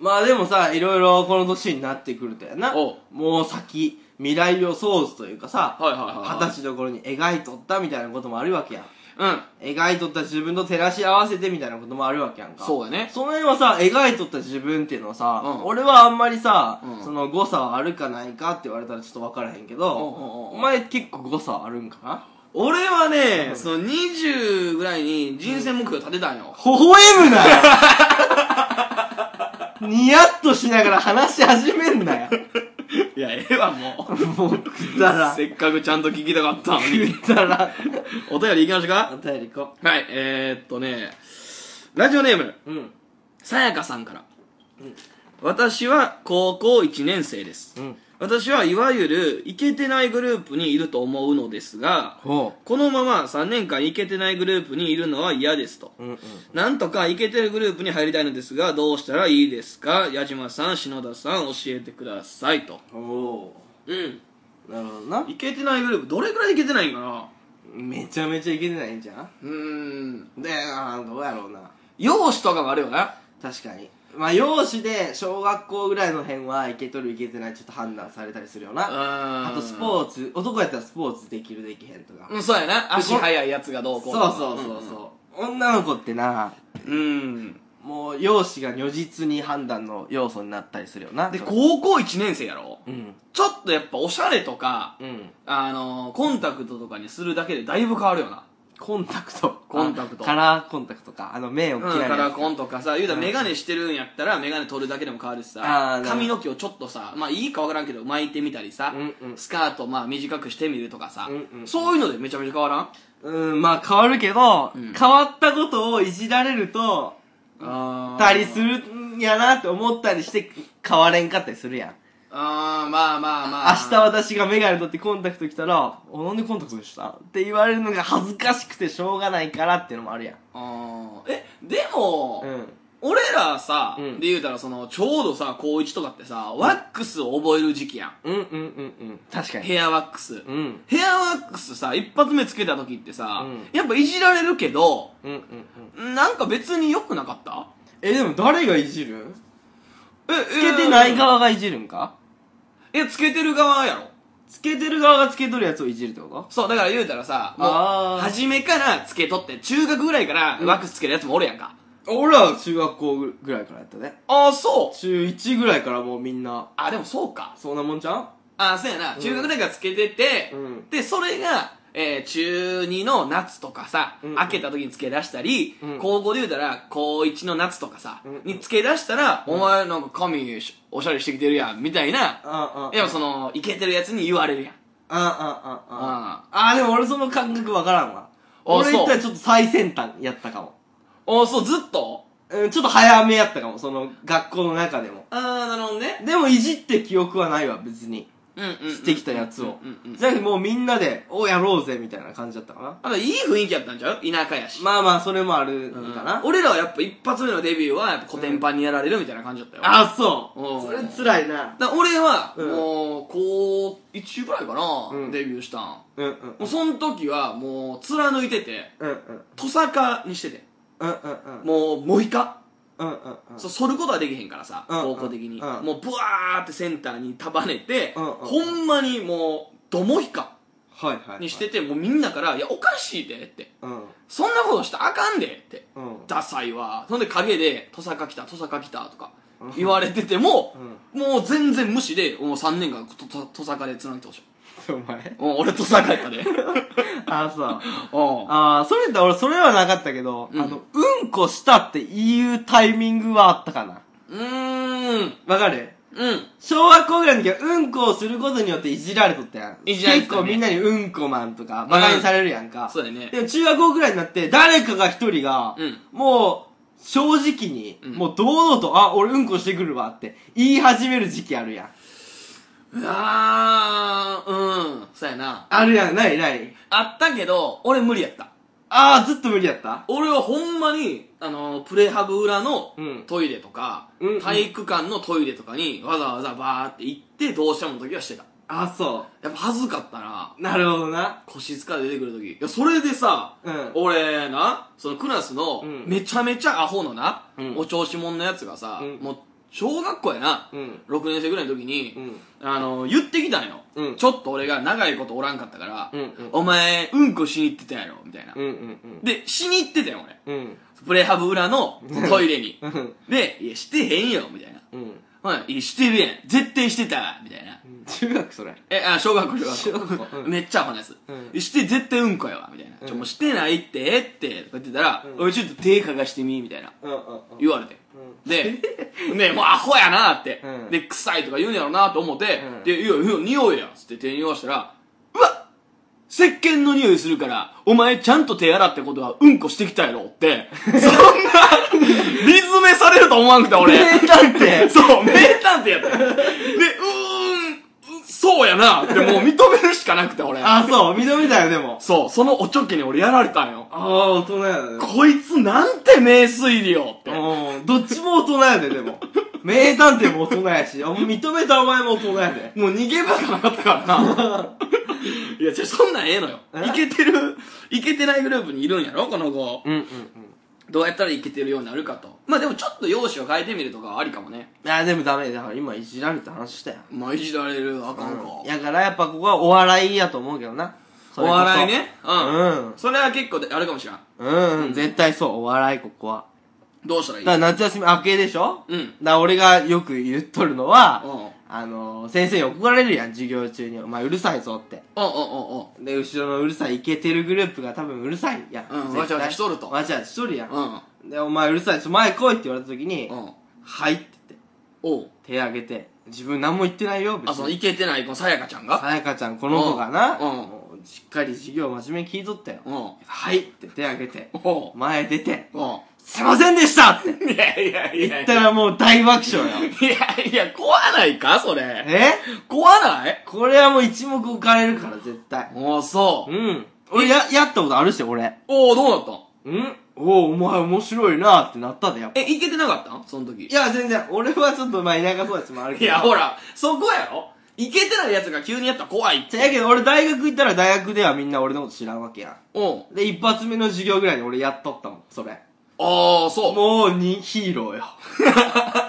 B: まあでもさいろいろこの年になってくるとやな
A: おう
B: もう先未来予想図というかさ
A: はいはいはいはい
B: 二十歳の頃に描いとったみたいなこともあるわけやん
A: うん。
B: 描いとった自分と照らし合わせてみたいなこともあるわけやんか
A: そうやね。
B: その辺はさ描いとった自分っていうのはさ、
A: うん
B: 俺はあんまりさ、
A: うん
B: その誤差はあるかないかって言われたらちょっと分からへんけど、
A: おうおうおう
B: お前結構誤差あるんかな
A: 俺はね、その20ぐらいに人生目標立てたんよ。
B: 微笑 むなよニヤッとしながら話し始めんなよ
A: いや、ええわ、もう。
B: もうくだらん。
A: せっかくちゃんと聞きたかったの に。
B: くだらん。
A: お便り行きましょう
B: お
A: か
B: 便り行こ
A: はい、えー、っとね、ラジオネーム、
B: う。うん。
A: さやかさんから。私は高校1年生です。
B: うん。
A: 私はいわゆるイケてないグループにいると思うのですが
B: ほ
A: このまま3年間イケてないグループにいるのは嫌ですと
B: う。うんうん。
A: なんとかイケてるグループに入りたいのですがどうしたらいいですか矢島さん篠田さん教えてくださいと
B: お
A: うん
B: お。なるほどな。
A: イケてないグループどれぐらいイケてないんかな
B: めちゃめちゃいけてないんじゃん
A: うーん
B: で、あーどうやろうな。
A: 容姿とかもあるよな
B: 確かに。まあ、容姿で小学校ぐらいの辺はいけとるいけてないちょっと判断されたりするよな。
A: あ
B: あとスポーツ、男やったらスポーツできるできへんとか。
A: うんそうやな足速いやつがどうこ
B: そうう
A: とか
B: そうそうそう。女の子ってな、
A: うん
B: もう容姿が如実に判断の要素になったりするよな。
A: で高校1年生やろ
B: うん。
A: ちょっとやっぱおしゃれとか
B: うん。
A: あのー、コンタクトとかにするだけでだいぶ変わるよな。
B: コンタクト。
A: コンタクト
B: あカラーコンタクトか。あの、目を
A: うん、カ
B: 切られる
A: ラ
B: やつ
A: ーコンとかさ、言うたら
B: うん
A: メガネしてるんやったらメガネ取るだけでも変わるしさ
B: あー、なるほど
A: 髪の毛をちょっとさ、まあいいかわからんけど巻いてみたりさ
B: うん、うん
A: スカートまあ短くしてみるとかさ
B: うんう、ん
A: そういうのでめちゃめちゃ変わらん
B: うん、まあ変わるけど、
A: うん
B: 変わったことをいじられると、
A: あ
B: たりするんやなって思ったりして、変われんかったりするやん。
A: あー、まあまあまあ。
B: 明日私がメガネ取ってコンタクト来たら、おなんでコンタクトでしたって言われるのが恥ずかしくてしょうがないからっていうのもあるやん。
A: あーえ、でも、
B: うん。
A: 俺らさ、
B: うん
A: で言うたらその、ちょうどさ、高一とかってさ、ワックスを覚える時期やん。
B: うんうんうんうん。確かに。
A: ヘアワックス。
B: うん。
A: ヘアワックスさ、一発目つけた時ってさ、
B: うん
A: やっぱいじられるけど、
B: うんうんうん。
A: なんか別に良くなかった
B: え、でも誰がいじる
A: え、
B: つけてない
A: 側
B: 側がいじるんか
A: え、つけてる側やろ。
B: つけてる側がつけとるやつをいじるってこと
A: そう、だから言うたらさ、もう、
B: あー
A: 初めからつけとって、中学ぐらいからワックスつけるやつもおるやんか。
B: 俺ら中学校ぐらいからやったね。
A: ああ、そう。
B: 中1ぐらいからもうみんな、
A: あ、でもそうか。
B: そんなもんちゃん
A: ああ、そうやな。中学ぐらいからつけてて、
B: うん
A: で、それが、えー中2の夏とかさ、
B: うん
A: 開けた時につけ出したり、
B: うん
A: 高校で言うたら、高1の夏とかさ、
B: うん
A: につけ出したら、お前なんか髪しおしゃれしてきてるやん、みたいな、
B: あ
A: いや、その、イケてるやつに言われるやん。
B: ああああ
A: あ
B: あーでも俺その感覚わからんわ
A: そう
B: 俺言ったらちょっと最先端やったかも
A: おそう、ずっと
B: うんちょっと早めやったかもその学校の中でも
A: ああ、なるほどね。
B: でもいじって記憶はないわ別に
A: うんうん、うん。
B: してきたやつを
A: うんうんうん
B: じゃあもうみんなでおやろうぜみたいな感じだったかな
A: あと、いい雰囲気やったんちゃう田舎やし。
B: まあまあそれもある
A: うん
B: んかな、
A: 俺らはやっぱ一発目のデビューはやっぱ古典版にやられるみたいな感じだったよ。
B: あそう
A: うん
B: それ辛いな
A: だから俺は、
B: うん
A: もう、高1ぐらいかな、
B: うん
A: デビューしたん。
B: うんうん
A: もうその時はもう貫いてて、
B: うんうん
A: トサカにしてて。
B: うんうんうん
A: もう、モヒカ。
B: うんうんうん
A: そう、剃ることはできへんからさ、
B: うん
A: 方向的に。
B: うん
A: もう、ブワーってセンターに束ねて、
B: うんうん
A: ほんまにもう、ドモヒカ
B: はいはいはい
A: にしてて、もうみんなから、いや、おかしいでって。
B: うん
A: そんなことしたらあかんでって。
B: うん
A: ダサいわ。そんで影で、トサカ来た、トサカ来たとか
B: うん
A: 言われてても、
B: うん
A: もう全然無視で、もう3年間ととトサカで繋いでほしい。
B: お前
A: うん俺トサカや ったで。
B: あそう
A: うん
B: ああ、それだ、俺、それはなかったけど、
A: うん
B: あの、うんこしたって言うタイミングはあったかな。
A: うーん。
B: わかる
A: うん。
B: 小学校ぐらいの時は、うんこをすることによっていじられとったやん。
A: いじられて
B: 結
A: たね
B: 構みんなにうんこマンとか、馬鹿にされるやんか。
A: そうだよね。
B: でも中学校ぐらいになって、誰かが一人が、
A: うん
B: もう、正直に、
A: うん
B: もう堂々と、あ、俺うんこしてくるわって言い始める時期あるやん。
A: あー、うん。そうやな。
B: あるやん、ないない。
A: あったけど、俺無理やった。
B: ああ、ずっと無理やった
A: 俺はほんまに、あの、プレハブ裏の
B: うん
A: トイレとか、
B: うん
A: 体育館のトイレとかにわざわざバーって行って、どうしたもの時はしてた。
B: あ、そ
A: やっぱ恥ずかったな。
B: う。なるほどな。
A: 個室から出てくるとき。いや、それでさ、
B: うん
A: 俺な、そのクラスの
B: う、ん
A: めちゃめちゃアホのな、
B: うん
A: お調子者のやつがさ、
B: うん
A: もう、小学校やな、
B: うん。
A: 6年生ぐらいの時に、
B: うん。
A: あの、言ってきたんよ、
B: うん
A: ちょっと俺が長いことおらんかったから、
B: うんうん
A: お前、うんこしに行ってたやろ、みたいな。
B: うんうん
A: で、しに行ってたよ、俺。
B: うん。うん。
A: プレハブ裏のトイレに。
B: うん。
A: で、いや、してへんよ、みたいな。
B: うん。
A: はい、いや、してるやん。絶対してた、みたいな。
B: 中学それ。
A: え、あ、小学校、小
B: 小
A: 学
B: 学
A: 校。
B: 校うん
A: めっちゃアホなやつ。
B: う
A: して絶対うんこやわ、みたいな。ちょ、
B: うん
A: もうしてないって、って、とか言ってたら、
B: うん
A: おい、ちょっと手かがしてみ、みたいな。
B: うんうんうん。
A: 言われて。で、ねもうアホやなって、
B: うん
A: で、臭いとか言うんやろなと思って、
B: うん
A: で、いや、いや、匂いや、つって手に匂わしたら、うわ石鹸の匂いするから、お前ちゃんと手洗ってことはうんこしてきたやろ って、そんな、リズめされると思わなくて、俺。
B: 名探偵
A: そう、名探偵やったよ。で、うーん、そうやなってもう認めるしかなくて、俺。
B: あ、そう、認めたよ、でも。
A: そう、そのおちょけに俺やられたんよ。
B: ああ、大人やね。
A: こいつなんて名推理よって。
B: うん、どっちも大人やで、で も。名探偵も大人やし、お認めたお前も大人やで。
A: もう逃げ場がなかったからな。 いや、じゃあそんなんええのよ。
B: え
A: いけてる、いけてないグループにいるんやろこの子。
B: うんうん
A: どうやったらいけてるようになるかと。まあでもちょっと容姿を変えてみるとかはありかもね。
B: うん。あ、でもダメ、だから今いじられた話したよ。
A: まあいじられる、あかんか。
B: うん。やからやっぱここはお笑いやと思うけどな。そ
A: お
B: れこそ
A: 笑いね。う。
B: うんん。
A: それは結構であるかもしれん。
B: うん、うん、絶対そう、お笑い、ここは。
A: どうしたらい
B: だ
A: い
B: から夏休み明けでしょ
A: うん
B: だから俺がよく言っとるのは、
A: うん。うんうん
B: あのー、先生に怒られるやん、授業中に。お前うるさいぞって。
A: うんうん。
B: で、後ろのうるさいイケてるグループが多分うるさいやん。
A: うん
B: 絶対
A: わちゃわちゃしとると
B: わちゃわちゃしとるやん。
A: うん。
B: で、お前うるさい、ちょっと前来いって言われた時に、
A: うん。
B: はいって言って、
A: おう。
B: 手挙げて、自分何も言ってないよ、
A: あ、その
B: に。
A: いけてない子、さやかちゃんが
B: さやかちゃん、この子がな、
A: うんうん
B: もうしっかり授業真面目に聞いとったよ。
A: うん。
B: はいって手挙げて、
A: おう。
B: 前出て、
A: うん。
B: そすいませんでしたって
A: いやいやいや
B: 言っ
A: いや
B: たらもう大爆笑よ。
A: いやいや、怖ないかそれ。
B: え
A: 怖ない
B: これはもう一目置かれるから、絶対。
A: ああ、そう。
B: うん。俺、や、やったことあるし、俺。
A: おおどうなったん
B: うんおう、お前面白いなってなったで、やっぱ。
A: え、いけてなかったんその時
B: い。や、全然、俺はちょっと、まあ、田舎育ちもある
A: い
B: けど。
A: や、ほら、そこやろいけてないやつが急にやったら怖いっ
B: じ
A: て。
B: ゃやけど、俺大学行ったら大学ではみんな俺のこと知らんわけや
A: うん。
B: ん。で、一発目の授業ぐらいに俺やっとったもん、それ。
A: ああ、そう。
B: もう、に、ヒーローよ。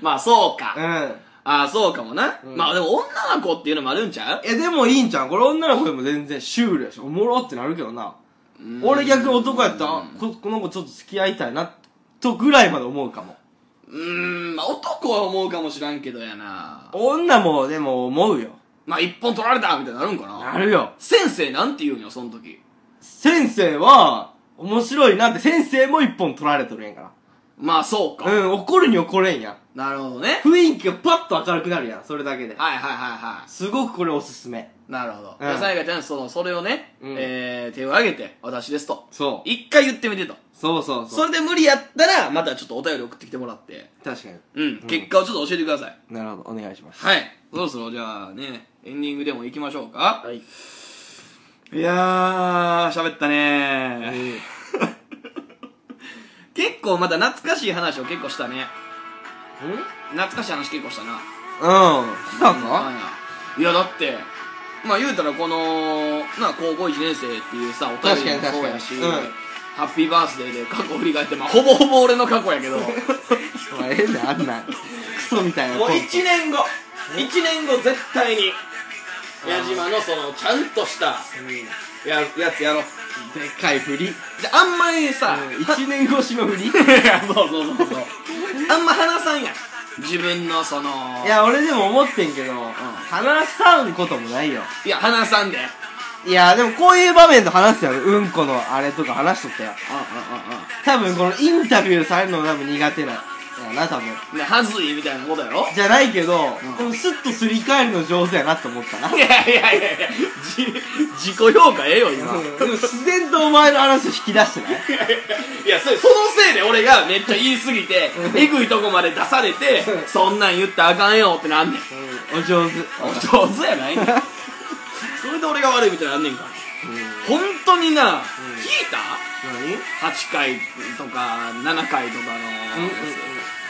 A: まあ、そう
B: う
A: か。
B: ん。
A: ああ、そうかもな。
B: うん
A: まあ、でも女の子っていうのもあるんちゃう
B: え、でもいいんちゃんこれ女の子でも全然シュールやし、おもろってなるけどな。俺逆に男やったら、あここの子ちょっと付き合いたいな、とぐらいまで思うかも。
A: うーん、まあ、男は思うかもしらんけどやな。
B: 女も、でも思うよ。
A: まあ、一本取られたみたいになるんかな。
B: なるよ。
A: 先生なんて言うんよ、その時。
B: 先生は、面白いなって、先生も一本取られとるんやか
A: まあ、そう
B: ら。
A: か。
B: うん、怒るに怒れんやん。
A: なるほどね。
B: 雰囲気がパッと明るくなるやん、それだけで。
A: はいはいはいは
B: すごくこれおすすめ。
A: い。なるほど。
B: うん
A: じゃあ、さやかちゃん、その、それをね、
B: うん
A: えー、手を挙げて、私ですと。
B: そ。
A: 一回言ってみてと。
B: そうそう
A: そ
B: そう。
A: れで無理やったら、またちょっとお便り送ってきてもらって。
B: 確かに。
A: うん、結果をちょっと教えてください。
B: なるほど、お願いします。
A: はい。そろそろじゃあね、エンディングでも行きましょうか。
B: はい。
A: いやー、喋ったねー。 結構まだ懐かしい話を結構したね。
B: うんうん
A: 懐かしい話結構したな。
B: したん
A: は
B: か
A: いいや、だって、まあ言うたらこの、な、高校1年生っていうさ、お便りも
B: 確かに
A: そうやし、
B: 確かにうん
A: ハッピーバースデーで過去振り返って、まあほぼほぼ俺の過去や けど、もう
B: お前ええで、あんなん。クソみたいな。
A: 1年後、1年後絶対に、矢島のその、ちゃんとした、ややつやろう。
B: でっかい振り。
A: じゃあ、あんまりさ、
B: 一年越しの振り
A: そうそうそうそう。あんま話さんやん。自分のその、
B: いや、俺でも思ってんけど、話さんこともないよ。
A: いや話さんで。
B: いや、でもこういう場面で話すよ。うんこのあれとか話しとったよ。
A: うんうんうん
B: 多分このインタビューされるの多分苦手な。やな、多分。
A: うん。ね、はずいみたいなことやろ
B: じゃないけど、
A: ん
B: このスッとすり替えるの上手やなって思ったな。
A: いやいやいやいや、じ、自己評価ええよ、今。
B: うんでも自然とお前の話を引き出してない
A: いや、それ、そのせいで俺がめっちゃ言いすぎて、えぐいとこまで出されて、そんなん言ったらあかんよってなんねん。
B: お上手。
A: お上手やないねん。それで俺が悪いみたいになんねんから。本当にな、聞いた ?8 回とか7回とかの
B: 何うんうんうん
A: や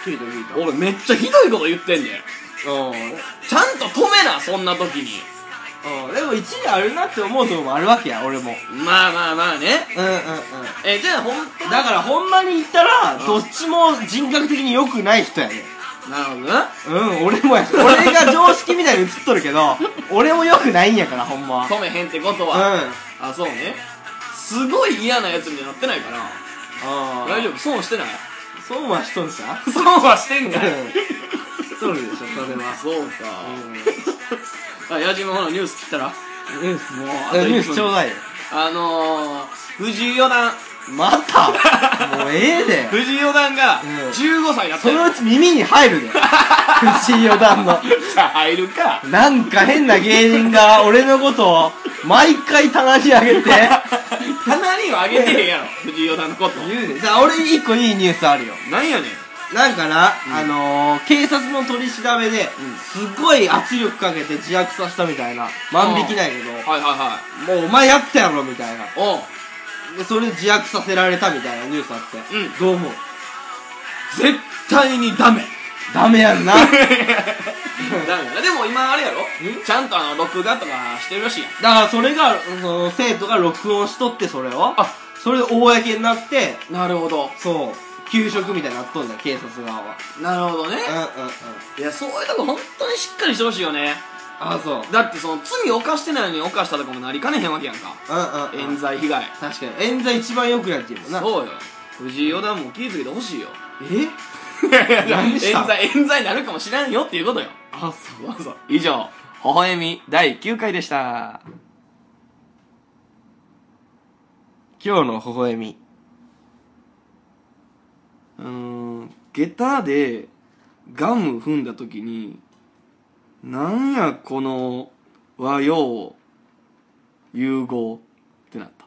B: 聞いた聞い
A: つ
B: た。
A: 俺めっちゃひどいこと言ってんねん。
B: おー
A: ちゃんと止めな、そんな時に。
B: うんでも一理あるなって思うとこもあるわけや俺も
A: まあまあまあね。
B: うんうんうん
A: え、じゃあ本当
B: だからほんまに言ったらどっちも人格的に良くない人やね
A: なるほどな。
B: うん俺もや俺が常識みたいに映っとるけど俺も良くないんやからほんまは
A: 止めへんってこと
B: うん
A: は。あ、そうね。すごい嫌なやつになってないかな。
B: あ
A: 大丈夫損してない
B: 夫損はしとんじゃん
A: 損はしてん
B: うんしとるでしょそれ
A: あ、
B: は
A: そうか。あ、矢島ほらニュース切ったら。
B: うんニュース
A: もう
B: もう
A: あと一分
B: ニュースちょうだいよ
A: あのー、藤井四段。
B: またもうええで
A: 藤井四段が
B: うん
A: 15歳だった
B: その
A: よ
B: うち耳に入るで藤井四段の
A: じゃあ入るか。
B: なんか変な芸人が俺のことを毎回棚に上 げて
A: 棚にはあげてへんやろ。藤井四段のこと。
B: 言うねじゃあ俺一個いいニュースあるよ
A: なんやねん。
B: なんかな、あのー、警察の取り調べで、すごい圧力かけて自白させたみたいな万引きないけど
A: はいは
B: もうお前やったやろみたいない
A: はい。おう。
B: でそれで自白させられたみたいなニュースあって、
A: うん
B: どう思う
A: 絶対にダメ。
B: ダメやんな だか
A: ダメだ。でも今あれやろちゃんとあの、録画とかしてるらしいやん。
B: らそれがその生徒が録音しとってそれを
A: あ
B: それで公になって
A: なるほど。
B: そう給食みたいになっとんじゃん警察側は
A: なるほどね。
B: うんうんうん
A: いや、そういうとこ本当にしっかりしてほしいよね。
B: あそう
A: だってその罪を犯してないのに犯したとかもなりかねへんわけやんか。
B: うんうん、う
A: 冤
B: ん、
A: 罪被害。
B: 確かに冤罪一番よくないっていうもんな
A: そうよ。藤井四段も気ぃつけてほしいよ。
B: え
A: 冤
B: 何した
A: 罪、冤罪になるかもしれんよっていうことよ。
B: あそう
A: 以上、微笑み第9回でした。
B: 今日の微笑み
A: うーん、下駄でガム踏んだ時に、なんやこの和洋融合ってなった。